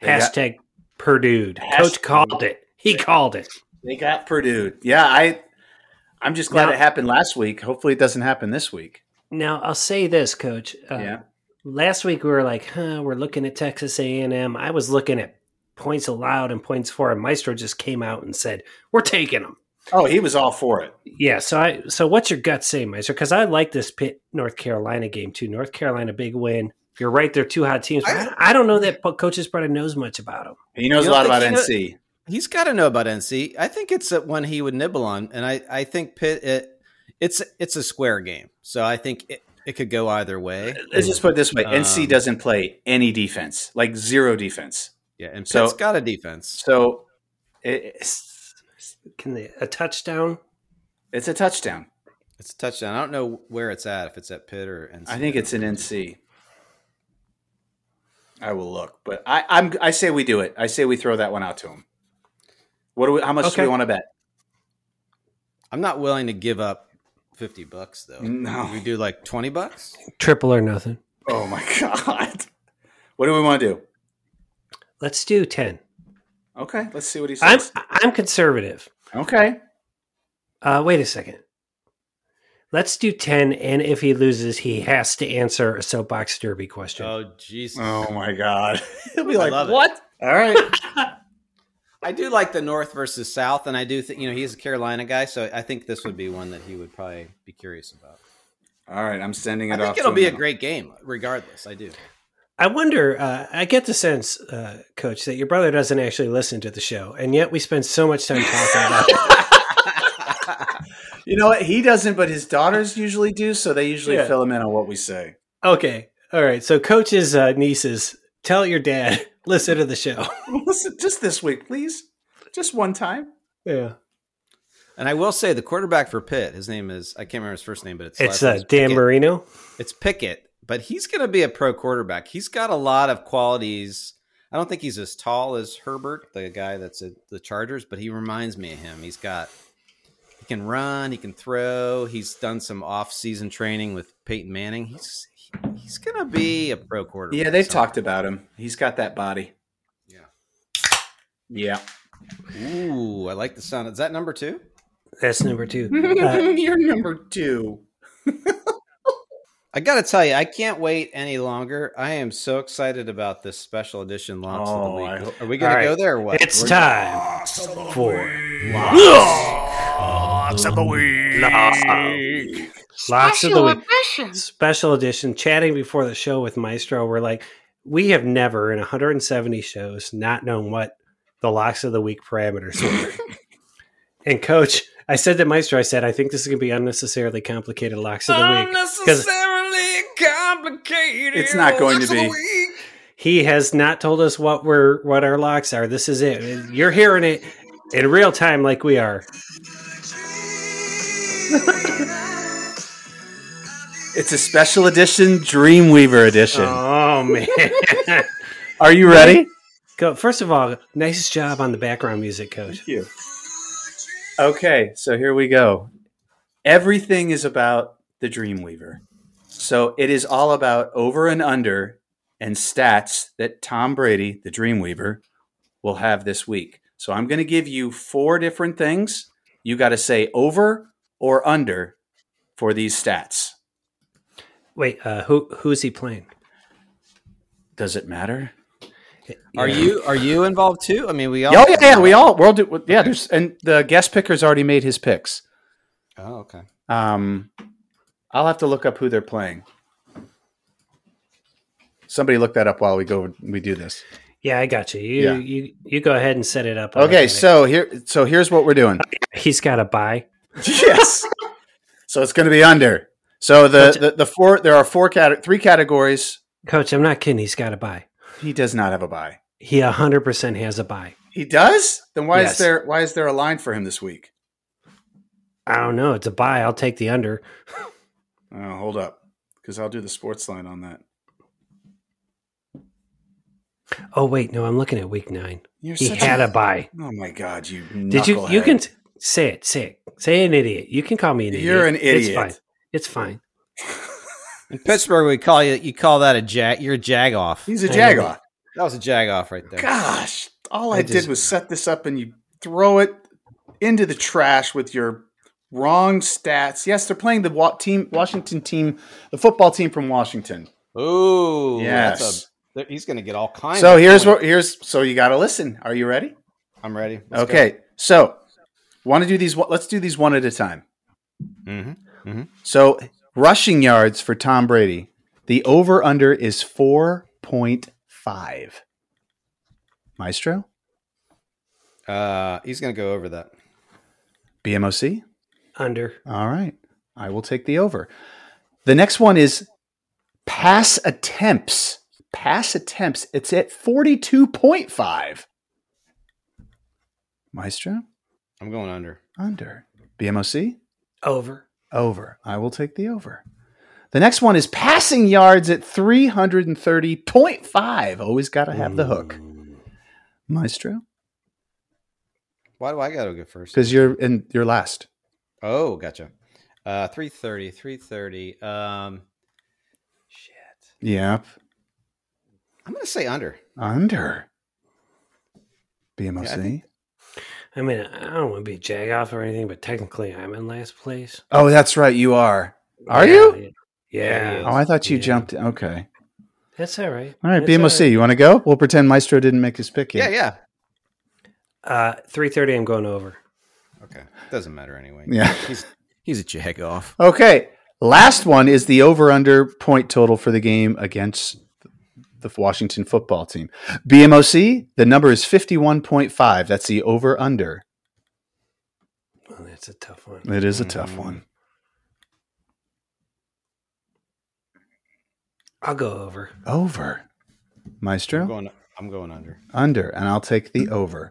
Speaker 5: They got-
Speaker 1: Hashtag Purdue'd. Coach
Speaker 5: Hashtag-
Speaker 1: called it. He called it.
Speaker 5: They got Purdue. Yeah, I I'm just glad
Speaker 1: Now-
Speaker 5: it happened last week. Hopefully it doesn't happen this week.
Speaker 1: Now I'll say this, Coach. Uh,
Speaker 5: Yeah.
Speaker 1: Last week we were like, huh, we're looking at Texas A&M. I was looking at points allowed and points for, and Maestro just came out and said, "We're taking them."
Speaker 5: Oh, he was all for it.
Speaker 1: Yeah. So I. So what's your gut say, Maestro? Because I like this Pitt North Carolina game too. North Carolina big win. You're right; they're two hot teams. but I,
Speaker 6: I-
Speaker 1: I don't know that po- coaches probably knows much about them.
Speaker 5: He knows
Speaker 6: You
Speaker 5: a lot
Speaker 6: don't
Speaker 5: about
Speaker 6: think he
Speaker 5: NC.
Speaker 6: He's got to know about NC. I think it's the one he would nibble on, and I, I think Pitt. It, it's it's a square game, so I think it, it could go either way.
Speaker 5: Let's just put it this way:
Speaker 6: Um,
Speaker 5: NC doesn't play any defense, like zero defense.
Speaker 6: Yeah, and
Speaker 5: So-
Speaker 6: Pitt's got a defense.
Speaker 5: So it, it's,
Speaker 1: Can they a touchdown?
Speaker 5: it's a touchdown.
Speaker 6: It's a touchdown. I don't know where it's at. If it's at Pitt or NC.
Speaker 5: I think it's an NC. I will look, but I, I'm I say we do it. I say we throw that one out to him. What do we? How much do
Speaker 1: Okay.
Speaker 5: we want to bet?
Speaker 6: I'm not willing to give up fifty bucks though.
Speaker 5: No.
Speaker 6: we do like twenty bucks.
Speaker 1: Triple or nothing.
Speaker 5: Oh my [LAUGHS] god! What do we want to do?
Speaker 1: Let's do ten.
Speaker 5: Okay, let's see what he
Speaker 1: I'm
Speaker 5: says.
Speaker 1: I'm conservative.
Speaker 5: okay,
Speaker 1: Uh, wait a second. Let's do 10, and if he loses, he has to answer a soapbox derby question.
Speaker 6: Oh Jesus!
Speaker 5: Oh my god. [LAUGHS] He'll be
Speaker 6: I
Speaker 5: like,
Speaker 6: love it.
Speaker 5: "What?" All right.
Speaker 6: I do like the North versus South, and I do think you know he's a Carolina guy, so I think this would be one that he would probably be curious about.
Speaker 5: All right, I'm sending
Speaker 6: I
Speaker 5: it off.
Speaker 6: think
Speaker 5: to
Speaker 6: it'll be
Speaker 5: him
Speaker 6: a
Speaker 5: now.
Speaker 6: great game, regardless. I do.
Speaker 1: I wonder, uh, I get the sense, uh, coach, that your brother doesn't actually listen to the show, and yet we spend so much time talking about it.
Speaker 5: You know what? He doesn't, but his daughters usually do, so they usually
Speaker 1: Yeah.
Speaker 5: fill him in on what we say. [LAUGHS]
Speaker 1: Okay. All right. So, coach's uh, nieces, tell your dad, [LAUGHS] listen to the show.
Speaker 5: Listen, just this week, please. Just one time.
Speaker 1: Yeah.
Speaker 6: And I will say the quarterback for Pitt, his name is I can't remember his first name, but it's
Speaker 1: It's
Speaker 6: last name
Speaker 1: uh,
Speaker 6: is
Speaker 1: Dan
Speaker 6: Pickett.
Speaker 1: Marino.
Speaker 6: It's Pickett, but he's going to be a pro quarterback. He's got a lot of qualities. I don't think he's as tall as Herbert, the guy that's at the Chargers, but he reminds me of him. He's got he can run, he can throw. He's done some off-season training with Peyton Manning. He's he's going to be a pro quarterback.
Speaker 5: Yeah, they've
Speaker 6: So-
Speaker 5: talked about him. He's got that body.
Speaker 6: Yeah.
Speaker 5: Yeah.
Speaker 6: Ooh, I like the sound. Is that number 2?
Speaker 1: That's number two. Uh,
Speaker 5: [LAUGHS] You're number two.
Speaker 6: I got to tell you, I can't wait any longer. I am so excited about this special edition launch
Speaker 5: Oh, I
Speaker 6: of the week.
Speaker 5: hope-
Speaker 6: Are we going
Speaker 1: All right.
Speaker 6: to go there or what?
Speaker 1: it's time for
Speaker 3: Lots of the week.
Speaker 1: Lots of the Week.
Speaker 7: edition.
Speaker 1: special edition chatting before the show with maestro we're like we have never in 170 shows not known what the locks of the week parameters were and coach i said to maestro i said i think this is going to be unnecessarily complicated locks of
Speaker 3: Um,
Speaker 1: the week because
Speaker 3: Unnecessarily complicated.
Speaker 5: It's not going to
Speaker 3: Lots of the
Speaker 5: be.
Speaker 3: week.
Speaker 1: he has not told us what we're what our locks are this is it you're hearing it in real time like we are
Speaker 5: It's a special edition Dreamweaver edition.
Speaker 1: oh man [LAUGHS]
Speaker 5: Are you ready?
Speaker 1: Go, first of all nice job on the background music coach
Speaker 5: you. Okay, so here we go. Everything is about the Dreamweaver. So it is all about over and under and stats that Tom Brady, the Dreamweaver, will have this week. So I'm going to give you four different things. You got to say over or under for these stats.
Speaker 1: wait uh, who who's he playing
Speaker 5: Does it matter?
Speaker 6: Are you are you involved too? I mean, we all.
Speaker 5: Oh yeah, yeah, we all we'll do. Yeah, there's and the guest picker's already made his picks.
Speaker 6: Oh okay.
Speaker 5: Um, I'll have to look up who they're playing. Somebody look that up while we go. We do this.
Speaker 1: Yeah, I got you. You
Speaker 5: Yeah.
Speaker 1: you you go ahead and set it up. I'll look at
Speaker 5: Okay,
Speaker 1: it.
Speaker 5: so here, so here's what we're [LAUGHS] doing.
Speaker 1: he's got to buy.
Speaker 5: yes. So it's going to be under. So the, the the four there are four cate- three categories.
Speaker 1: Coach, I'm not kidding. He's got to buy.
Speaker 5: He does not have a buy.
Speaker 1: He 100% has a buy.
Speaker 5: He does. Then why
Speaker 1: Yes.
Speaker 5: is there why is there a line for him this week?
Speaker 1: I don't know. It's a buy. I'll take the under.
Speaker 5: Oh, hold up, because I'll do the sports line on that.
Speaker 1: Oh wait, no, I'm looking at week 9.
Speaker 5: You're
Speaker 1: He had a buy.
Speaker 5: Oh my god, you
Speaker 1: Did you you
Speaker 5: knucklehead.
Speaker 1: can say it, say it. Say an idiot. You can call me an idiot.
Speaker 5: You're an idiot.
Speaker 1: It's fine. It's fine.
Speaker 6: In Pittsburgh, we call you you call that a jag. You're a jag off.
Speaker 5: He's a
Speaker 1: I
Speaker 5: jagoff.
Speaker 6: That was a jag off right there.
Speaker 5: Gosh, all I,
Speaker 1: I
Speaker 5: did
Speaker 1: just-
Speaker 5: was set this up, and you throw it into the trash with your wrong stats. Yes, they're playing the wa- team, Washington team, the football team from Washington.
Speaker 6: Ooh,
Speaker 5: yes.
Speaker 6: that's a- he's going to get all kinds.
Speaker 5: So
Speaker 6: of
Speaker 5: here's
Speaker 6: points.
Speaker 5: what here's so you got to listen. Are you ready?
Speaker 6: I'm ready.
Speaker 5: okay. So want to do these one- let's do these one at a time.
Speaker 6: Mm-hmm.
Speaker 5: So rushing yards for Tom Brady. The over under is 4.5. Maestro,
Speaker 6: Uh, he's going to go over that.
Speaker 5: BMOC.
Speaker 1: Under.
Speaker 5: All right. I will take the over. The next one is pass attempts. Pass attempts. It's at 42.5. Maestro,
Speaker 6: I'm going under.
Speaker 5: under. BMOC,
Speaker 1: Over.
Speaker 5: over. I will take the over. The next one is passing yards at 330.5. Always got to have the hook. Maestro,
Speaker 6: Why do I got to go first?
Speaker 5: because you're in you're last.
Speaker 6: Oh, gotcha. Uh, 330, 330. Um, shit.
Speaker 5: Yep.
Speaker 6: I'm going to say under.
Speaker 5: Under.
Speaker 6: Yeah, I
Speaker 5: BMOC.
Speaker 6: think-
Speaker 1: I mean, I don't want to be a jag off or anything, but technically I'm in last place.
Speaker 5: oh, that's right. You are. Are
Speaker 1: Yeah,
Speaker 5: you?
Speaker 1: Yeah.
Speaker 6: Yeah.
Speaker 5: Oh, I thought you
Speaker 1: Yeah.
Speaker 5: jumped. Okay.
Speaker 1: That's all right.
Speaker 5: All right,
Speaker 1: That's
Speaker 5: BMOC, you want to go? We'll pretend Maestro didn't make his pick
Speaker 6: Yeah,
Speaker 5: yet.
Speaker 6: yeah.
Speaker 1: Uh 3:30 I'm going over.
Speaker 6: Okay. Doesn't matter anyway.
Speaker 5: Yeah.
Speaker 6: He's, he's a jag off.
Speaker 5: Okay. Last one is the over under point total for the game against the Washington football team. BMOC, the number is 51.5. That's the over under.
Speaker 1: Well, Oh, that's a tough one.
Speaker 5: It is a tough
Speaker 6: Mhm.
Speaker 5: one.
Speaker 1: I'll go over.
Speaker 5: Over. Maestro?
Speaker 6: I'm going, I'm going under.
Speaker 5: under, and I'll take the over.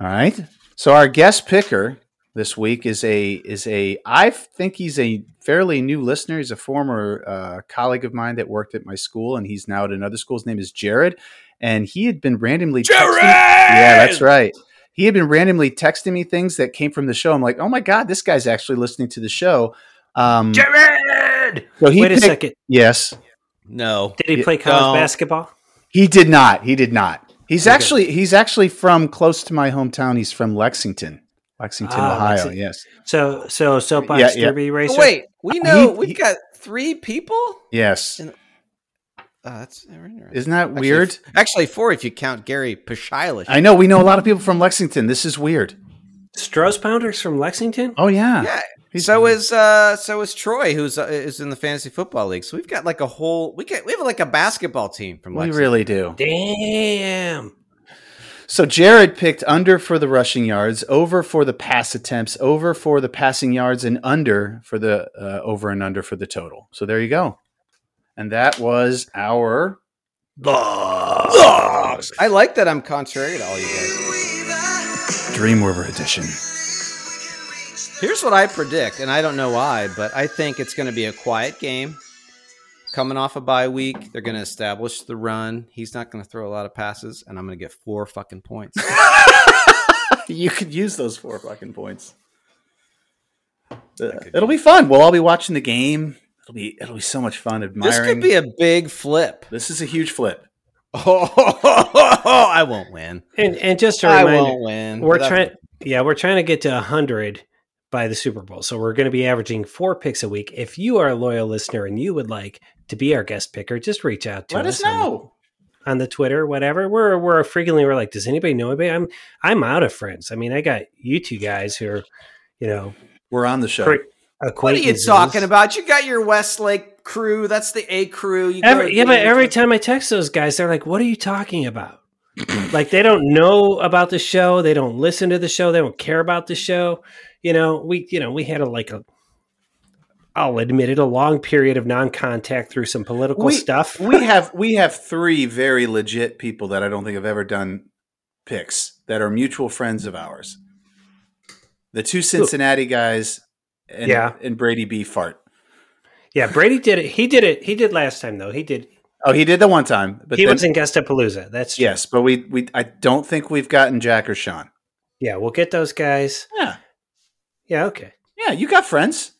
Speaker 5: All right. So our guest picker this week is a is a I think he's a fairly new listener. He's a former uh, colleague of mine that worked at my school, and he's now at another school. His name is Jared, and he had been randomly
Speaker 3: Jared!
Speaker 5: Texting- yeah, that's right. He had been randomly texting me things that came from the show. I'm like, oh my god, this guy's actually listening to the show. Um,
Speaker 1: Jared.
Speaker 5: so he
Speaker 1: Wait a
Speaker 5: picked-
Speaker 1: second.
Speaker 5: Yes,
Speaker 6: No.
Speaker 1: Did he
Speaker 5: Yeah,
Speaker 1: play college
Speaker 6: no.
Speaker 1: basketball?
Speaker 5: He did not. He did not. He's
Speaker 1: Okay.
Speaker 5: actually he's actually from close to my hometown. He's from Lexington, Lexington,
Speaker 1: Ah,
Speaker 5: Ohio.
Speaker 1: Lexi-
Speaker 5: Yes,
Speaker 1: So so soapbox
Speaker 5: Yeah, yeah.
Speaker 1: derby racer.
Speaker 6: Wait, we know
Speaker 5: He-
Speaker 6: we've
Speaker 5: he-
Speaker 6: got three people? Oh,
Speaker 5: yes.
Speaker 6: And- Uh, that's interesting.
Speaker 5: Isn't that weird?
Speaker 6: Actually, actually, four if you count Gary Pashilish.
Speaker 5: I know we know a lot of people from Lexington. This is weird.
Speaker 1: Stroh's Pounders from Lexington?
Speaker 5: Oh yeah,
Speaker 6: Yeah.
Speaker 5: He's-
Speaker 6: so is uh so is Troy who's uh, is in the fantasy football league. So we've got like a whole we get we have like a basketball team from
Speaker 5: we
Speaker 6: Lexington.
Speaker 5: really do.
Speaker 1: Damn.
Speaker 5: So Jared picked under for the rushing yards, over for the pass attempts, over for the passing yards, and under for the uh, over and under for the total. So there you go. And that was our
Speaker 6: I like that I'm contrary to all you guys.
Speaker 5: Dreamweaver edition.
Speaker 6: Here's what I predict, and I don't know why, but I think it's going to be a quiet game. Coming off a bye week, they're going to establish the run. He's not going to throw a lot of passes, and I'm going to get four fucking points.
Speaker 1: [LAUGHS]
Speaker 5: you could use those four fucking points.
Speaker 6: could
Speaker 5: it'll be fun. We'll all be watching the game. It'll be it'll be so much fun admiring.
Speaker 6: this could be a big flip. [LAUGHS]
Speaker 5: This is a huge flip.
Speaker 6: Oh, I won't win.
Speaker 1: And and just a
Speaker 6: I
Speaker 1: reminder,
Speaker 6: won't win.
Speaker 1: we're
Speaker 6: But I-
Speaker 1: trying yeah, we're trying to get to 100 by the Super Bowl. So we're going to be averaging 4 picks a week. If you are a loyal listener and you would like to be our guest picker, just reach out to
Speaker 5: Let us
Speaker 1: on-
Speaker 5: know.
Speaker 1: on the Twitter, whatever. We're we're frequently we're like, does anybody know anybody? I'm I'm out of friends. I mean, I got you two guys who are, you know,
Speaker 5: We're on the show.
Speaker 1: Great.
Speaker 6: What are you
Speaker 1: acquaintances.
Speaker 6: talking about? You got your Westlake crew. That's the A crew. You go to
Speaker 1: Every, yeah, but
Speaker 6: the-
Speaker 1: every time I text those guys, they're like, "What are you talking about?" [CLEARS THROAT] like they don't know about the show. They don't listen to the show. They don't care about the show. You know, we you know we had a like a. I'll admit it, a long period of non-contact through some political
Speaker 5: We-
Speaker 1: stuff.
Speaker 5: we have we have three very legit people that I don't think have ever done picks that are mutual friends of ours. The two Cincinnati guys and,
Speaker 1: Yeah.
Speaker 5: and Brady B fart.
Speaker 1: yeah, Brady did it. He did it. He did last time though. He did.
Speaker 5: Oh, he did the one time, but
Speaker 1: he
Speaker 5: then,
Speaker 1: was in Guestapalooza. That's true.
Speaker 5: yes, but we we I don't think we've gotten Jack or Sean.
Speaker 1: Yeah, we'll get those guys.
Speaker 5: Yeah,
Speaker 1: Yeah, okay.
Speaker 5: yeah, you got friends.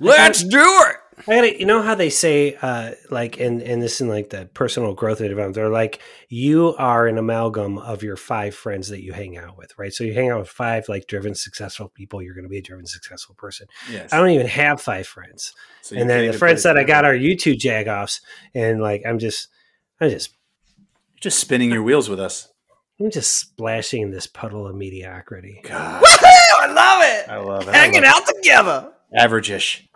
Speaker 6: Let's do it.
Speaker 1: I gotta, you know how they say, uh, like, and and this in like the personal growth and development, they're like, you are an amalgam of your five friends that you hang out with, right? So you hang out with five like driven, successful people, you're gonna be a driven, successful person.
Speaker 5: Yes,
Speaker 1: I don't even have five friends,
Speaker 5: So you
Speaker 1: and then
Speaker 5: can't
Speaker 1: the
Speaker 5: even
Speaker 1: friends
Speaker 5: put it
Speaker 1: that I got
Speaker 5: together.
Speaker 1: are you two jagoffs, and like I'm just, I'm just,
Speaker 5: just spinning your wheels with us.
Speaker 1: I'm just splashing in this puddle of mediocrity.
Speaker 5: God,
Speaker 6: Woohoo! I love it.
Speaker 5: I love it. I
Speaker 6: Hanging
Speaker 5: love
Speaker 6: out together.
Speaker 5: it. average-ish.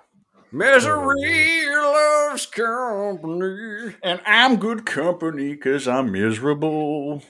Speaker 6: Misery loves company.
Speaker 5: And I'm good company because I'm miserable.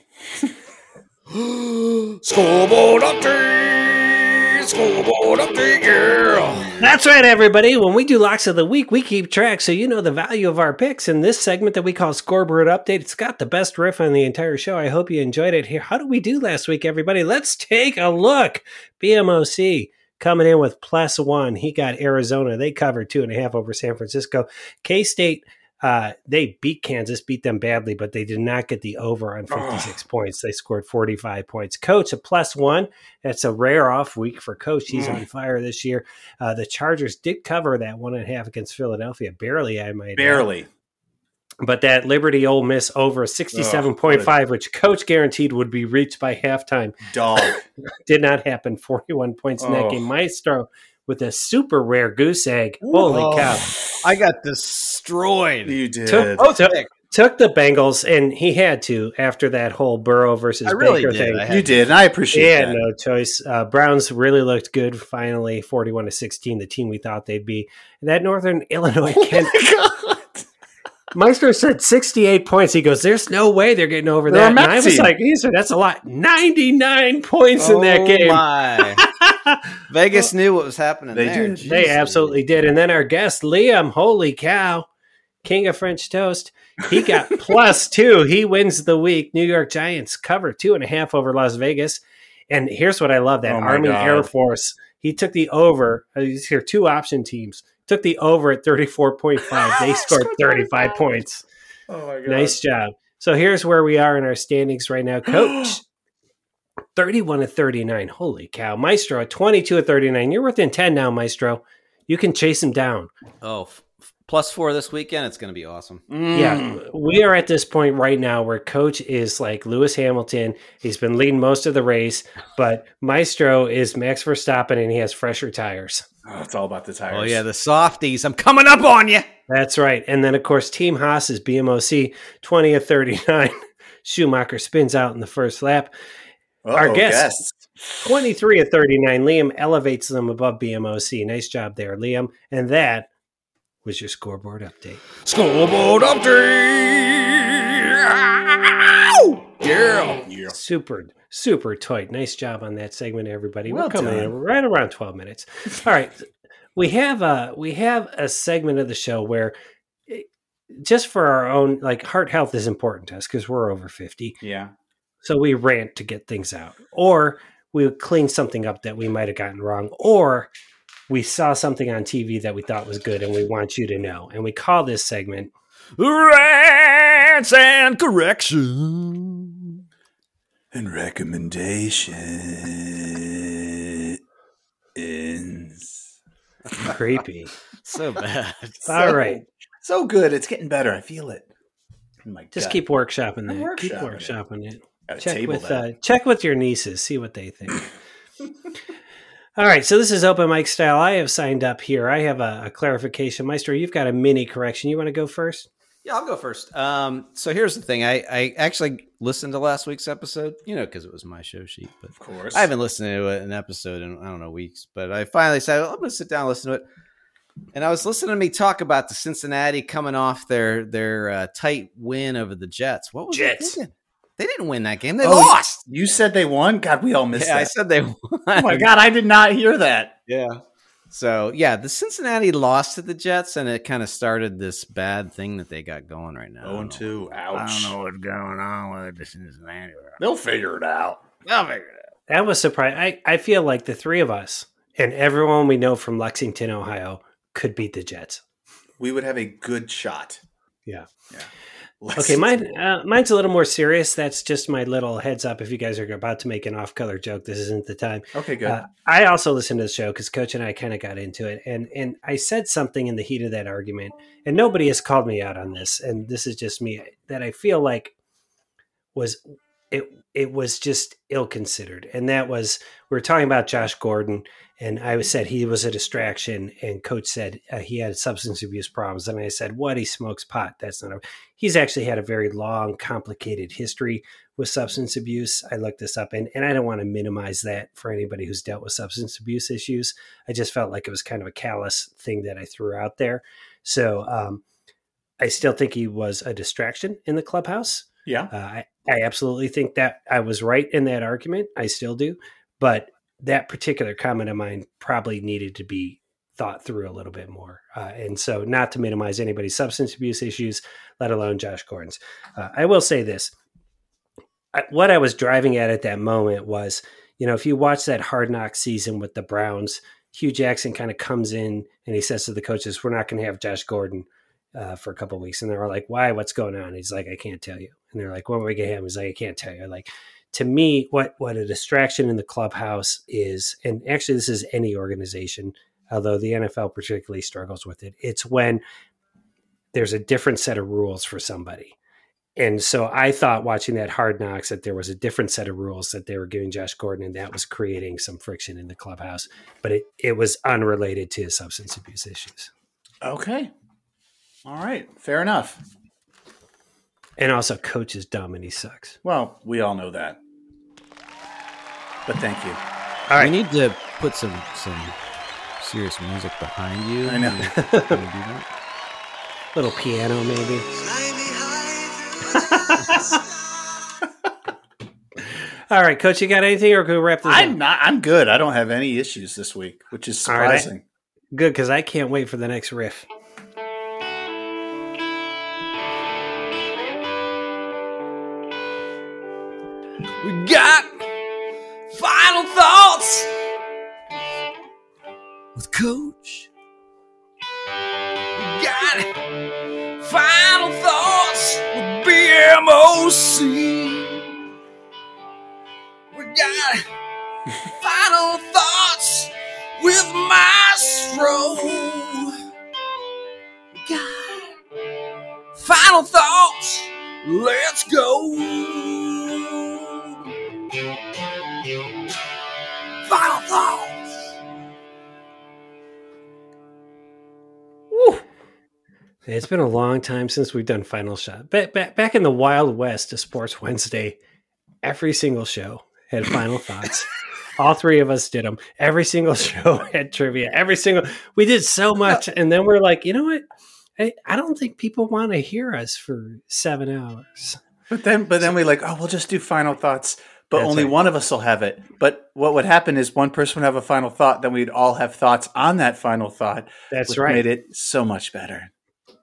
Speaker 3: Scoreboard update! Scoreboard update, yeah!
Speaker 1: That's right, everybody. When we do locks of the week, we keep track so you know the value of our picks. In this segment that we call Scoreboard Update, it's got the best riff on the entire show. I hope you enjoyed it here. How did we do last week, everybody? Let's take a look. BMOC coming in with plus one. He got Arizona. They covered two and a half over San Francisco. K State. Uh, they beat Kansas, beat them badly, but they did not get the over on 56 points. They scored 45 points. Coach, a plus one. That's a rare off week for Coach. He's on fire this year. Uh, the Chargers did cover that one and a half against Philadelphia, barely, I might add.
Speaker 5: Barely.
Speaker 1: But that Liberty Ole Miss over 67.5, which coach guaranteed would be reached by halftime,
Speaker 5: Dog.
Speaker 1: did not happen. [LAUGHS] 41 points in that
Speaker 5: Oh.
Speaker 1: game. Maestro with a super rare goose egg. Holy
Speaker 6: Oh,
Speaker 1: cow.
Speaker 6: I got
Speaker 5: [LAUGHS]
Speaker 6: destroyed.
Speaker 5: you did.
Speaker 1: Took, took, took the Bengals, and he had to after that whole Burrow versus
Speaker 6: I really
Speaker 1: Baker
Speaker 6: did.
Speaker 1: thing.
Speaker 6: I had
Speaker 5: you did, and I appreciate
Speaker 1: Yeah,
Speaker 5: that.
Speaker 1: no choice. Uh, Browns really looked good finally, 41 to 16, the team we thought they'd be. And that Northern [LAUGHS]
Speaker 6: Oh
Speaker 1: Illinois Kent. Meister said 68 points. He goes, There's no way they're getting over
Speaker 5: They're a
Speaker 1: that. And
Speaker 5: map
Speaker 1: I was
Speaker 5: team.
Speaker 1: like, Easter, that's a lot. 99 points in that
Speaker 6: Oh
Speaker 1: game.
Speaker 6: my.
Speaker 5: [LAUGHS]
Speaker 6: Vegas knew what was happening
Speaker 5: They
Speaker 6: there.
Speaker 5: do.
Speaker 6: Jeez.
Speaker 1: They absolutely did. And then our guest, Liam, holy cow, king of French toast. He got plus two. He wins the week. New York Giants cover two and a half over Las Vegas. And here's what I love that
Speaker 5: Oh my
Speaker 1: Army
Speaker 5: God.
Speaker 1: Air Force. He took the over. uh, These here two option teams took the over at 34.5.
Speaker 5: [LAUGHS]
Speaker 1: They scored 35 points.
Speaker 5: Oh my god.
Speaker 1: Nice job. So here's where we are in our standings right now,
Speaker 5: [GASPS]
Speaker 1: coach. 31 to 39. Holy cow. Maestro at 22 to 39. You're within 10 now, Maestro. You can chase him down.
Speaker 6: Oh, f- f- plus four this weekend. It's going to be awesome.
Speaker 1: Yeah. Mm. We are at this point right now where coach is like Lewis Hamilton. He's been leading most of the race, but Maestro is Max Verstappen and he has fresher tires.
Speaker 5: Oh, it's all about the tires.
Speaker 6: Oh yeah, the softies. I'm coming up on you.
Speaker 1: That's right. And then, of course, Team Haas is BMOC 20 to 39. [LAUGHS] Schumacher spins out in the first lap.
Speaker 5: Uh-oh,
Speaker 1: our guest.
Speaker 5: guests.
Speaker 1: 23 of 39. Liam elevates them above BMOC. Nice job there, Liam. And that was your scoreboard update.
Speaker 3: Scoreboard update! Yeah!
Speaker 1: Super, super tight. Nice job on that segment, everybody.
Speaker 5: Well
Speaker 1: We're coming
Speaker 5: done.
Speaker 1: in right around 12 minutes. All right. We have a we have a segment of the show where eh, just for our own like heart health is important to us because we're over 50.
Speaker 5: Yeah.
Speaker 1: So we rant to get things out, or we clean something up that we might have gotten wrong, or we saw something on TV that we thought was good and we want you to know. And we call this
Speaker 5: [LAUGHS]
Speaker 1: segment
Speaker 3: Rants and correction!
Speaker 5: And recommendations.
Speaker 1: Creepy.
Speaker 6: So bad.
Speaker 1: All right.
Speaker 5: So good. It's getting better. I feel it. Oh my
Speaker 1: Just
Speaker 5: God.
Speaker 1: keep workshopping that.
Speaker 5: I'm
Speaker 1: keep
Speaker 5: workshopping
Speaker 1: workshopping it.
Speaker 5: Gotta
Speaker 1: Check
Speaker 5: table
Speaker 1: with
Speaker 5: that.
Speaker 1: uh, check with your nieces, see what they think. All right, so this is open mic style. I have signed up here. I have a, a clarification, Maestro. You've got a mini correction. You want to go first?
Speaker 6: Yeah, I'll go first. Um, so here's the thing. I, I actually listened to last week's episode, you know, because it was my show sheet. But
Speaker 5: Of course.
Speaker 6: I haven't listened to an episode in I don't know weeks, but I finally said I'm going to sit down and listen to it. And I was listening to me talk about the Cincinnati coming off their their uh, tight win over the Jets. What was I
Speaker 5: Jets.
Speaker 6: thinking? They didn't win that game. They
Speaker 5: Oh,
Speaker 6: lost.
Speaker 5: You said they won. God, we all
Speaker 6: Yeah,
Speaker 5: missed
Speaker 6: I
Speaker 5: that.
Speaker 6: said they [LAUGHS] won.
Speaker 5: oh my God, I did not hear that.
Speaker 6: Yeah. So yeah, the Cincinnati lost to the Jets, and it kind of started this bad thing that they got going right now.
Speaker 5: Oh and two. Ouch.
Speaker 6: what's going on with the Cincinnati.
Speaker 5: They'll figure it out.
Speaker 6: I'll figure it
Speaker 1: That was surprising. I, I feel like the three of us and everyone we know from Lexington, Ohio, could beat the Jets.
Speaker 5: We would have a good shot.
Speaker 1: Yeah.
Speaker 5: Yeah. Let's
Speaker 1: Okay,
Speaker 5: [LAUGHS]
Speaker 1: mine uh, mine's a little more serious. That's just my little heads up. If you guys are about to make an off-color joke, this isn't the time.
Speaker 5: Okay, good.
Speaker 1: Uh, I also listened to the show because Coach and I kind of got into it, and and I said something in the heat of that argument, and nobody has called me out on this, and this is just me that I feel like was it it was just ill considered, and that was we were talking about Josh Gordon, and I was- said he was a distraction, and Coach said uh, he had substance abuse problems, and I said what he smokes pot. That's not a. He's actually had a very long, complicated history with substance abuse. I looked this up and, and I don't want to minimize that for anybody who's dealt with substance abuse issues. I just felt like it was kind of a callous thing that I threw out there. So um, I still think he was a distraction in the clubhouse.
Speaker 5: yeah.
Speaker 1: Uh, I, I absolutely think that I was right in that argument. I still do. But that particular comment of mine probably needed to be thought through a little bit more. Uh, and so, not to minimize anybody's substance abuse issues, let alone Josh Gordon's. Uh, I will say this I, what I was driving at at that moment was, you know, if you watch that hard knock season with the Browns, Hugh Jackson kind of comes in and he says to the coaches, We're not going to have Josh Gordon uh, for a couple weeks. And they're all like, Why? What's going on? He's like, I can't tell you. And they're like, When are we going to have him? He's like, I can't tell you. Like, to me, what, what a distraction in the clubhouse is, and actually, this is any organization, although the NFL particularly struggles with it, it's when there's a different set of rules for somebody. And so I thought watching that hard knocks that there was a different set of rules that they were giving Josh Gordon, and that was creating some friction in the clubhouse. But it, it was unrelated to his substance abuse issues.
Speaker 5: Okay. All right. Fair enough.
Speaker 1: And also, coach is dumb and he sucks.
Speaker 5: Well, we all know that. But thank you.
Speaker 6: out. We need to put some some serious music behind you.
Speaker 5: I know.
Speaker 6: Can we do [LAUGHS] that?
Speaker 1: Little piano, maybe. All right, coach, you got anything, or can we wrap this
Speaker 5: I'm
Speaker 1: up?
Speaker 5: not. I'm good. I don't have any issues this week, which is
Speaker 1: All right.
Speaker 5: surprising.
Speaker 1: Good, because I can't wait for the next riff.
Speaker 3: We got final thoughts with Coach. We got final thoughts with BMOC. We got final thoughts with Maestro. We got final thoughts. Let's go. Final thoughts.
Speaker 1: It's been a long time since we've done Final Shot. Back, back, back in the Wild West of Sports Wednesday, every single show had Final [LAUGHS] Thoughts. All three of us did them. Every single show [LAUGHS] had trivia. Every single we did so much, and then we're like, you know what? I, I don't think people want to hear us for seven hours.
Speaker 5: But then, but then we like, oh, we'll just do final thoughts. But
Speaker 1: That's
Speaker 5: only
Speaker 1: right.
Speaker 5: one of us will have it. But what would happen is one person would have a final thought, then we'd all have thoughts on that final thought.
Speaker 1: That's
Speaker 5: which
Speaker 1: right.
Speaker 5: Made it so much better.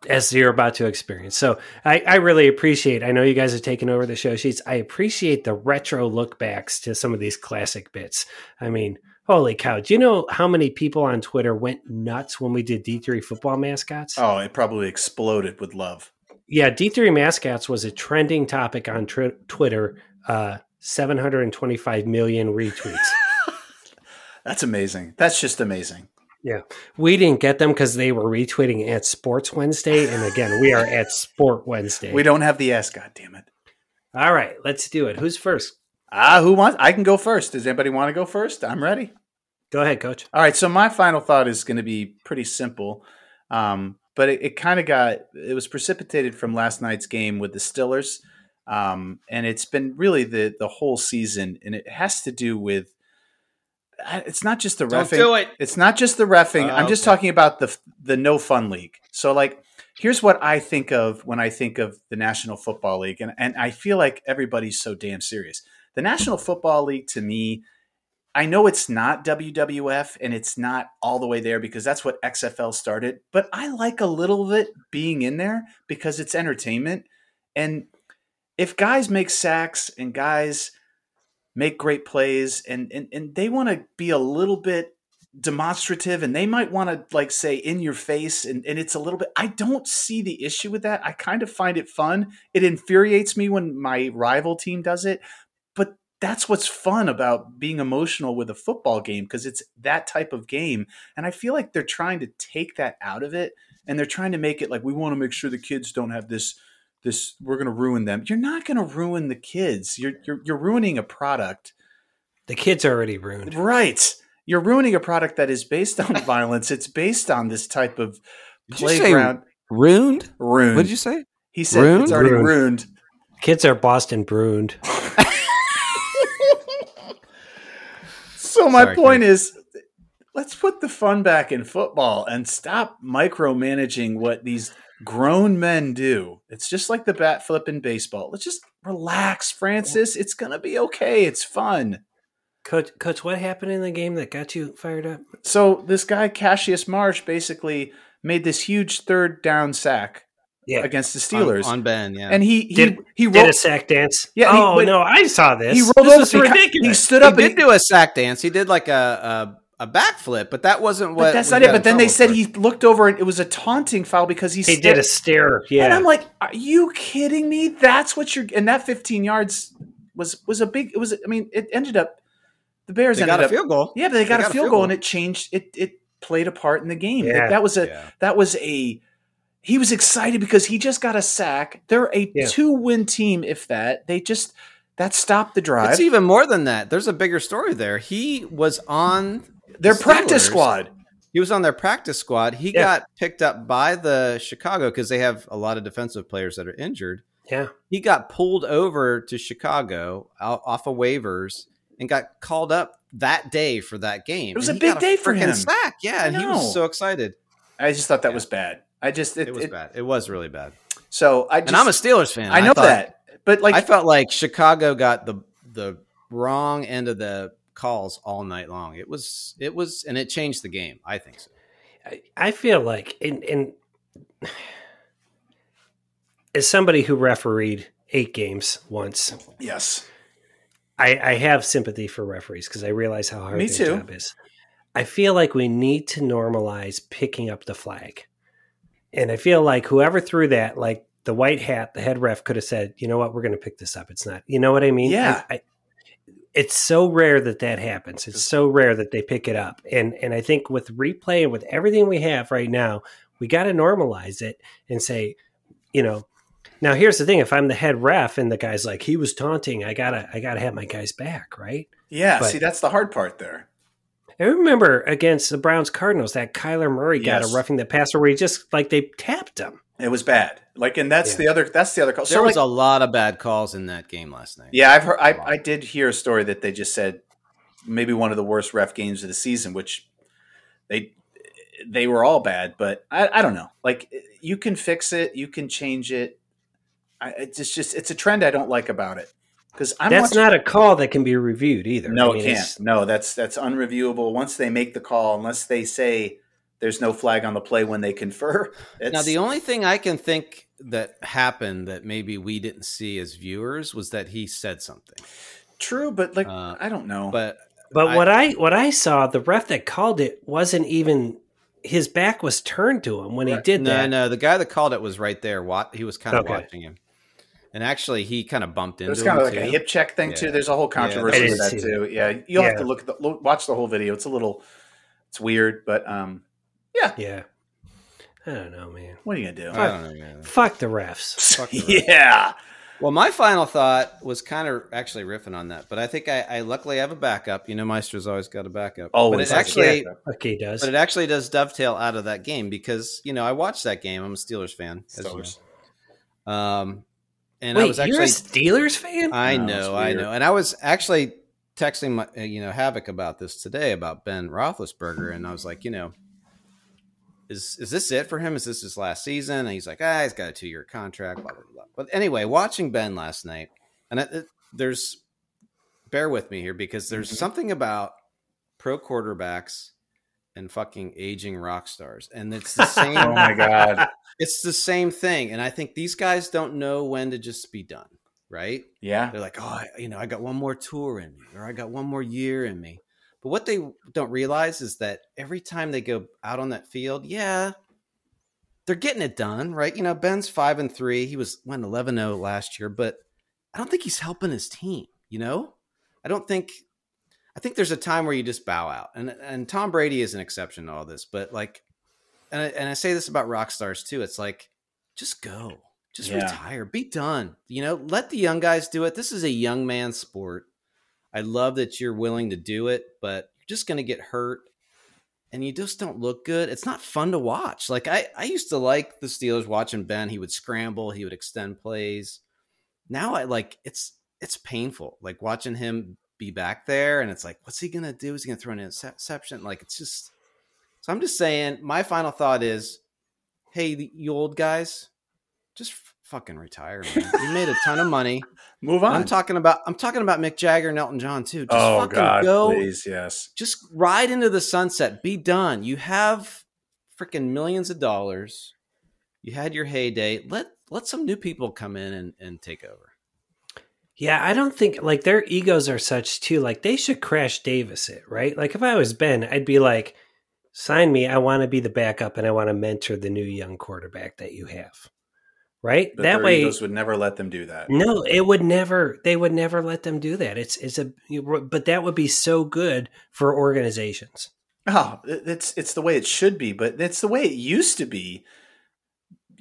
Speaker 1: as you're about to experience. So I, I really appreciate. I know you guys have taken over the show sheets. I appreciate the retro look backs to some of these classic bits. I mean, holy cow! Do you know how many people on Twitter went nuts when we did D3 football mascots?
Speaker 5: Oh, it probably exploded with love.
Speaker 1: Yeah, D3 mascots was a trending topic on tri- Twitter. Uh, 725 million
Speaker 5: [LAUGHS]
Speaker 1: retweets.
Speaker 5: That's amazing. That's just amazing.
Speaker 1: we didn't get them because they were retweeting at Sports Wednesday. And again, we are at Sport Wednesday.
Speaker 5: We don't have the S. God damn it.
Speaker 1: All right, let's do it. Who's first?
Speaker 5: Ah, who wants? I can go first. Does anybody want to go first? I'm ready.
Speaker 1: Go ahead, coach.
Speaker 5: All right. So my final thought is going to be pretty simple, um, but it, it kind of got it was precipitated from last night's game with the Stillers, um, and it's been really the the whole season, and it has to do with. I- It's not just the
Speaker 6: Don't
Speaker 5: refing.
Speaker 6: do it.
Speaker 5: It's not just the refing.
Speaker 6: Oh,
Speaker 5: I'm just
Speaker 6: okay.
Speaker 5: talking about the the no fun league. So like here's what I think of when I think of the National Football League and and I feel like everybody's so damn serious. The National Football League to me I know it's not WWF and it's not all the way there because that's what XFL started, but I like a little of it being in there because it's entertainment and if guys make sacks and guys make great plays and and, and they want to be a little bit demonstrative and they might want to like say in your face and, and it's a little bit i don't see the issue with that i kind of find it fun it infuriates me when my rival team does it but that's what's fun about being emotional with a football game because it's that type of game and i feel like they're trying to take that out of it and they're trying to make it like we want to make sure the kids don't have this this we're going to ruin them you're not going to ruin the kids you're, you're you're ruining a product
Speaker 1: The kid's already ruined.
Speaker 5: Right. You're ruining a product that is
Speaker 3: [LAUGHS]
Speaker 5: based on violence. It's based on this type of
Speaker 3: Did you say
Speaker 5: playground.
Speaker 3: Ruined?
Speaker 5: Ruined.
Speaker 3: What did you say?
Speaker 5: he said it's
Speaker 3: ruined?
Speaker 5: already ruined.
Speaker 1: Ruined. Kids are Boston brewed.
Speaker 5: So my
Speaker 6: Sorry,
Speaker 5: point is let's put the fun back in football and stop micromanaging what these grown men do. It's just like the bat flip in baseball. Let's just relax, Francis. It's going to be okay. It's fun.
Speaker 1: Coach, coach, what happened in the game that got you fired up?
Speaker 5: So this guy Cassius Marsh basically made this huge third down sack
Speaker 1: Yeah.
Speaker 5: against the
Speaker 6: On-
Speaker 5: Steelers.
Speaker 6: on, Ben. Yeah,
Speaker 5: and he he
Speaker 1: Did-
Speaker 5: he
Speaker 1: Did
Speaker 5: rolled
Speaker 1: a sack dance?
Speaker 5: Yeah, he-
Speaker 1: Oh
Speaker 5: wait-
Speaker 1: no, I saw this.
Speaker 5: he rolled
Speaker 1: This
Speaker 5: over
Speaker 1: was
Speaker 5: to a co- He
Speaker 1: ridiculous.
Speaker 5: stood
Speaker 6: he
Speaker 5: up
Speaker 6: did
Speaker 5: and
Speaker 6: do a sack dance. He did like a a, a backflip, but that wasn't what.
Speaker 5: but that's
Speaker 6: we
Speaker 5: not
Speaker 6: got
Speaker 5: it.
Speaker 6: in
Speaker 5: But then they
Speaker 6: trouble
Speaker 5: said
Speaker 6: for.
Speaker 5: he looked over and it was a taunting foul because he
Speaker 1: He
Speaker 5: sta-
Speaker 1: did a stare. Yeah.
Speaker 5: And I'm like, are you kidding me? That's what you're. And that 15 yards was was a big. It was. I mean, it ended up. The Bears
Speaker 6: they
Speaker 5: ended
Speaker 6: got a
Speaker 5: up.
Speaker 6: field goal.
Speaker 5: Yeah, but they got, a field goal, and it changed. It it played a part in the game. Like,
Speaker 1: Yeah.
Speaker 5: that was a
Speaker 6: Yeah.
Speaker 5: that was a. He was excited because he just got a sack. They're a
Speaker 1: Yeah.
Speaker 5: two win team, if that. They just that stopped the drive.
Speaker 6: It's even more than that. There's a bigger story there. He was on
Speaker 5: Their
Speaker 6: the
Speaker 5: practice
Speaker 6: Steelers.
Speaker 5: squad.
Speaker 6: He was on their practice squad. He
Speaker 1: Yeah.
Speaker 6: got picked up by the Chicago because they have a lot of defensive players that are injured.
Speaker 1: yeah.
Speaker 6: He got pulled over to Chicago out, off of waivers and got called up that day for that game.
Speaker 5: It was
Speaker 6: And
Speaker 5: a
Speaker 6: he
Speaker 5: big
Speaker 6: got
Speaker 5: day for
Speaker 6: freaking
Speaker 5: him.
Speaker 6: Sack, yeah,
Speaker 5: I
Speaker 6: and he
Speaker 5: know.
Speaker 6: was so excited.
Speaker 5: I just thought that
Speaker 6: Yeah.
Speaker 5: was bad. I just it,
Speaker 6: It, was
Speaker 5: it-
Speaker 6: bad. It was really bad.
Speaker 5: So I just
Speaker 6: and I'm a Steelers fan.
Speaker 5: I know
Speaker 6: thought-
Speaker 5: that, but like
Speaker 6: I felt like Chicago got the the wrong end of the calls all night long. It was it was and it changed the game. I think so.
Speaker 1: I- I feel like, and, and as somebody who refereed eight games once,
Speaker 5: yes,
Speaker 1: I, I have sympathy for referees because I realize how hard
Speaker 5: Me
Speaker 1: their
Speaker 5: too.
Speaker 1: job is. I feel like we need to normalize picking up the flag. And I feel like whoever threw that, like the white hat, the head ref could have said, you know what, we're going to pick this up. It's not, you know what I mean?
Speaker 5: Yeah.
Speaker 1: I, I- it's so rare that that happens. It's so rare that they pick it up. And, and I think with replay and with everything we have right now, we got to normalize it and say, you know, now here's the thing: if I'm the head ref and the guy's like he was taunting, I gotta I gotta have my guys back, right?
Speaker 5: yeah.
Speaker 1: But-
Speaker 5: see, that's the hard part there.
Speaker 1: I remember against the Browns Cardinals that Kyler Murray got
Speaker 5: Yes.
Speaker 1: a roughing the passer where he just like they tapped him.
Speaker 5: It was bad. Like, and that's
Speaker 1: Yeah.
Speaker 5: the other that's the other call.
Speaker 6: There
Speaker 5: So
Speaker 6: was
Speaker 5: like,
Speaker 6: a lot of bad calls in that game last night.
Speaker 5: yeah, I've heard. I,
Speaker 6: a lot.
Speaker 5: I did hear a story that they just said maybe one of the worst ref games of the season, which they they were all bad. But I, I don't know. Like, you can fix it. You can change it. I, it's just- just it's a trend I don't like about it because I'm
Speaker 1: That's
Speaker 5: watching-
Speaker 1: not a call that can be reviewed either.
Speaker 5: No,
Speaker 1: I mean,
Speaker 5: it can't.
Speaker 1: it's-
Speaker 5: No, that's that's unreviewable. Once they make the call, unless they say there's no flag on the play when they confer. It's,
Speaker 6: Now the only thing I can think that happened that maybe we didn't see as viewers was that he said something.
Speaker 5: true, but like
Speaker 6: Uh,
Speaker 5: I don't know.
Speaker 6: But
Speaker 1: But
Speaker 6: I-
Speaker 1: what I what I saw, the ref that called it wasn't even his back was turned to him when he
Speaker 5: Right.
Speaker 1: did
Speaker 6: no,
Speaker 1: that.
Speaker 6: no, the guy that called it was right there. Wat he was kind of
Speaker 1: Okay.
Speaker 6: watching him, and actually he kind of bumped into
Speaker 5: there's
Speaker 6: him.
Speaker 5: kind of like a
Speaker 6: too.
Speaker 5: hip check thing too.
Speaker 6: Yeah.
Speaker 5: There's a whole
Speaker 1: I
Speaker 5: controversy
Speaker 1: didn't
Speaker 5: with that
Speaker 1: see
Speaker 5: too. Yeah, you'll have
Speaker 1: Yeah.
Speaker 5: to look at the look, watch the whole video. It's a little, it's weird, but um,
Speaker 1: Yeah, I don't know, man.
Speaker 5: what are you gonna do?
Speaker 6: I don't know.
Speaker 5: [LAUGHS]
Speaker 6: Man.
Speaker 1: Fuck the refs.
Speaker 6: fuck the refs.
Speaker 5: yeah,
Speaker 6: Well, my final thought was kind of actually riffing on that, but I think I, I luckily have a backup. You know, Maestro's always got a backup.
Speaker 5: Always
Speaker 6: but it actually,
Speaker 1: Okay, he does.
Speaker 6: but it actually does dovetail out of that game because you know I watched that game. I'm a Steelers fan. as you know.
Speaker 5: Steelers.
Speaker 6: Um, and
Speaker 1: Wait,
Speaker 6: I was actually
Speaker 1: you're a Steelers fan?
Speaker 6: I
Speaker 5: No,
Speaker 6: know,
Speaker 5: it's
Speaker 6: I
Speaker 5: weird.
Speaker 6: know. And I was actually texting my, uh, you know, Havoc about this today about Ben Roethlisberger, and I was like, you know, is is this it for him? Is this his last season? And he's like, ah, he's got a two year contract, blah blah blah. But anyway, watching Ben last night, and it, it- there's, bear with me here because there's
Speaker 5: Mhm.
Speaker 6: something about pro quarterbacks and fucking aging rock stars, and it's the
Speaker 5: [LAUGHS]
Speaker 6: same.
Speaker 5: Oh my god.
Speaker 6: It's the same thing, and I think these guys don't know when to just be done, right?
Speaker 5: Yeah.
Speaker 6: They're like, oh, I, you know, I got one more tour in me, or I got one more year in me. But what they don't realize is that every time they go out on that field, yeah, they're getting it done, right? You know, Ben's five and three. He was went 11 0 last year, but I don't think he's helping his team. You know, I don't think. I think there's a time where you just bow out, and and Tom Brady is an exception to all this. But like, and I, and I say this about rock stars too. It's like, just go, just
Speaker 5: Yeah.
Speaker 6: retire, be done. You know, let the young guys do it. This is a young man sport. I love that you're willing to do it, but you're just going to get hurt, and you just don't look good. It's not fun to watch. Like I, I used to like the Steelers watching Ben. He would scramble, he would extend plays now I like it's it's painful like watching him be back there and it's like what's he gonna do is he gonna throw an interception like it's just so I'm just saying my final thought is hey the, you old guys just f- fucking retire man
Speaker 5: [LAUGHS]
Speaker 6: you made a ton of money
Speaker 5: Move on.
Speaker 6: I'm talking about I'm talking about Mick Jagger and Elton John too just
Speaker 5: oh
Speaker 6: fucking
Speaker 5: god,
Speaker 6: go
Speaker 5: please, yes.
Speaker 6: just ride into the sunset be done you have freaking millions of dollars you had your heyday let let some new people come in and, and take over
Speaker 1: Yeah, I don't think like their egos are such too. Like they should crash Davis it, right? Like if I was Ben, I'd be like, sign me. I want to be the backup and I want to mentor the new young quarterback that you have. Right?
Speaker 5: But
Speaker 1: that
Speaker 5: their
Speaker 1: way
Speaker 5: egos would never let them do that.
Speaker 1: No, it would never they would never let them do that. It's it's a you- but that would be so good for organizations.
Speaker 5: Oh, it- it's it's the way it should be, but it's the way it used to be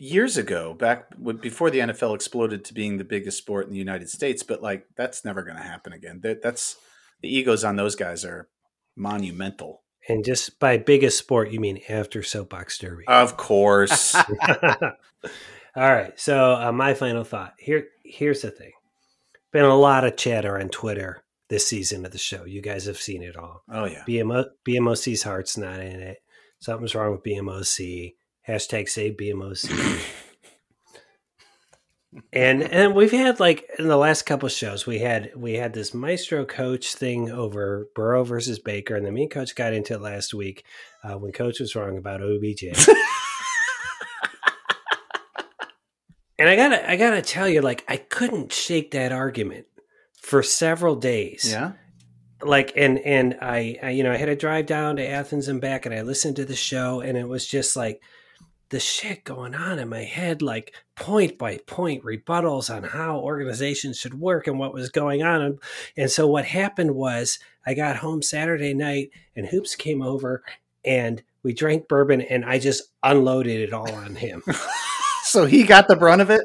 Speaker 5: years ago, back when, before the NFL exploded to being the biggest sport in the United States. But like, that's never going to happen again. That, that's the egos on those guys are monumental.
Speaker 1: And just by biggest sport, you mean after soapbox
Speaker 5: [LAUGHS]
Speaker 1: derby. [LAUGHS]
Speaker 5: Of course,
Speaker 1: All right. So uh, my final thought here. Here's the thing. Been a lot of chatter on Twitter this season of the show. You guys have seen it all.
Speaker 5: [LAUGHS] oh yeah,
Speaker 1: BMO, BMOC's heart's not in it. Something's wrong with BMOC. Hashtag say BMOC.
Speaker 5: [LAUGHS]
Speaker 1: and and we've had like in the last couple shows we had we had this maestro coach thing over Burrow versus Baker, and then me and Coach got into it last week uh, when Coach was wrong about
Speaker 5: [LAUGHS]
Speaker 1: OBJ. and I gotta I gotta tell you, like I couldn't shake that argument for several days
Speaker 5: yeah.
Speaker 1: like and and I, I you know i had to drive down to athens and back and i listened to the show and it was just like the shit going on in my head like point by point rebuttals on how organizations should work and what was going on and, and so what happened was i got home saturday night and hoops came over and we drank bourbon and i just unloaded it all on him
Speaker 5: So he got the brunt of it.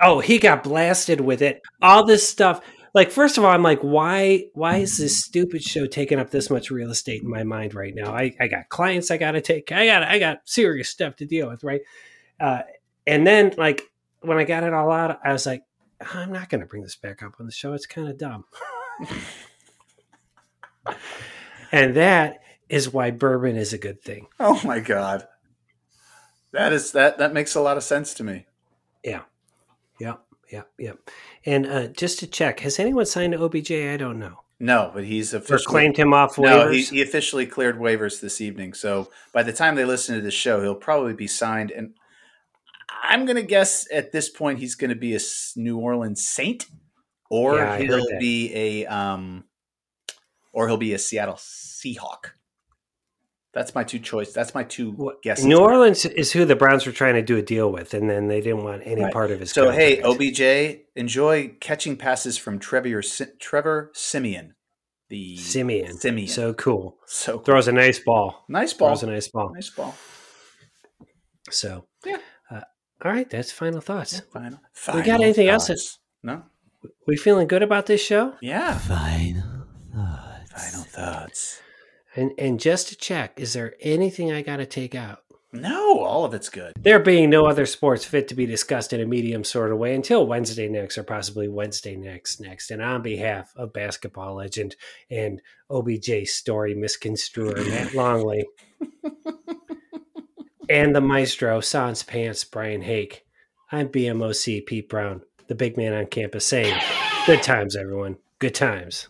Speaker 1: oh he got blasted with it all this stuff like first of all i'm like why why is this stupid show taking up this much real estate in my mind right now i, I got clients i gotta take i got i got serious stuff to deal with right uh, and then like when i got it all out i was like i'm not gonna bring this back up on the show it's kind of dumb [LAUGHS] and that is why bourbon is a good thing
Speaker 5: Oh my god, that is that that makes a lot of sense to me.
Speaker 1: yep yep yep and uh, just to check has anyone signed to obj i don't know
Speaker 5: No, but he's
Speaker 1: or
Speaker 5: officially
Speaker 1: claimed him off waivers.
Speaker 5: No, he, he officially cleared waivers this evening. So by the time they listen to the show, he'll probably be signed. And I'm going to guess at this point he's going to be a S- New Orleans Saint, or
Speaker 1: Yeah, I heard
Speaker 5: he'll
Speaker 1: that.
Speaker 5: be a um, or he'll be a Seattle Seahawk. That's my two choice. That's my two
Speaker 1: What-
Speaker 5: guesses.
Speaker 1: New Orleans is who the Browns were trying to do a deal with, and then they didn't want any
Speaker 5: Right.
Speaker 1: part of his.
Speaker 5: So hey,
Speaker 1: contract.
Speaker 5: OBJ, enjoy catching passes from Trevor Si- Trevor Simeon, the
Speaker 1: Simeon,
Speaker 5: Simeon.
Speaker 1: so cool.
Speaker 5: so
Speaker 1: Throws a nice ball.
Speaker 5: nice ball,
Speaker 1: Throws a nice ball.
Speaker 5: nice ball.
Speaker 1: So
Speaker 5: Yeah.
Speaker 1: uh, all right, that's final thoughts.
Speaker 5: Final.
Speaker 1: got anything else?
Speaker 5: thoughts. No.
Speaker 1: We feeling good about this show?
Speaker 5: Yeah.
Speaker 6: Final thoughts.
Speaker 5: Final thoughts.
Speaker 1: And and just to check, is there anything I got to take out?
Speaker 5: No, all of it's good.
Speaker 1: There being no other sports fit to be discussed in a medium sort of way until Wednesday next, or possibly Wednesday next, next. And on behalf of basketball legend and OBJ story misconstruer Matt Longley and the maestro Sans Pants Brian Hake, I'm BMOC Pete Brown, the big man on campus, saying, "Good times, everyone. Good times."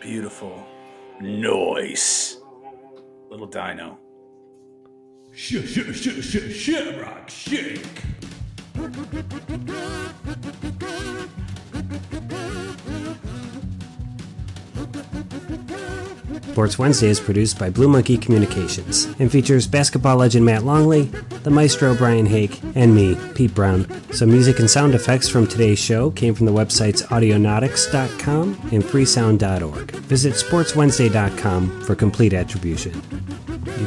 Speaker 5: Beautiful noise. Little dino.
Speaker 7: Sh sh sh sh shamrock shake.
Speaker 1: Sports Wednesday is produced by Blue Monkey Communications and features basketball legend Matt Longley, the maestro Brian Hake, and me, Pete Brown. Some music and sound effects from today's show came from the websites audionautics.com and freesound.org. Visit sportswednesday.com for complete attribution. You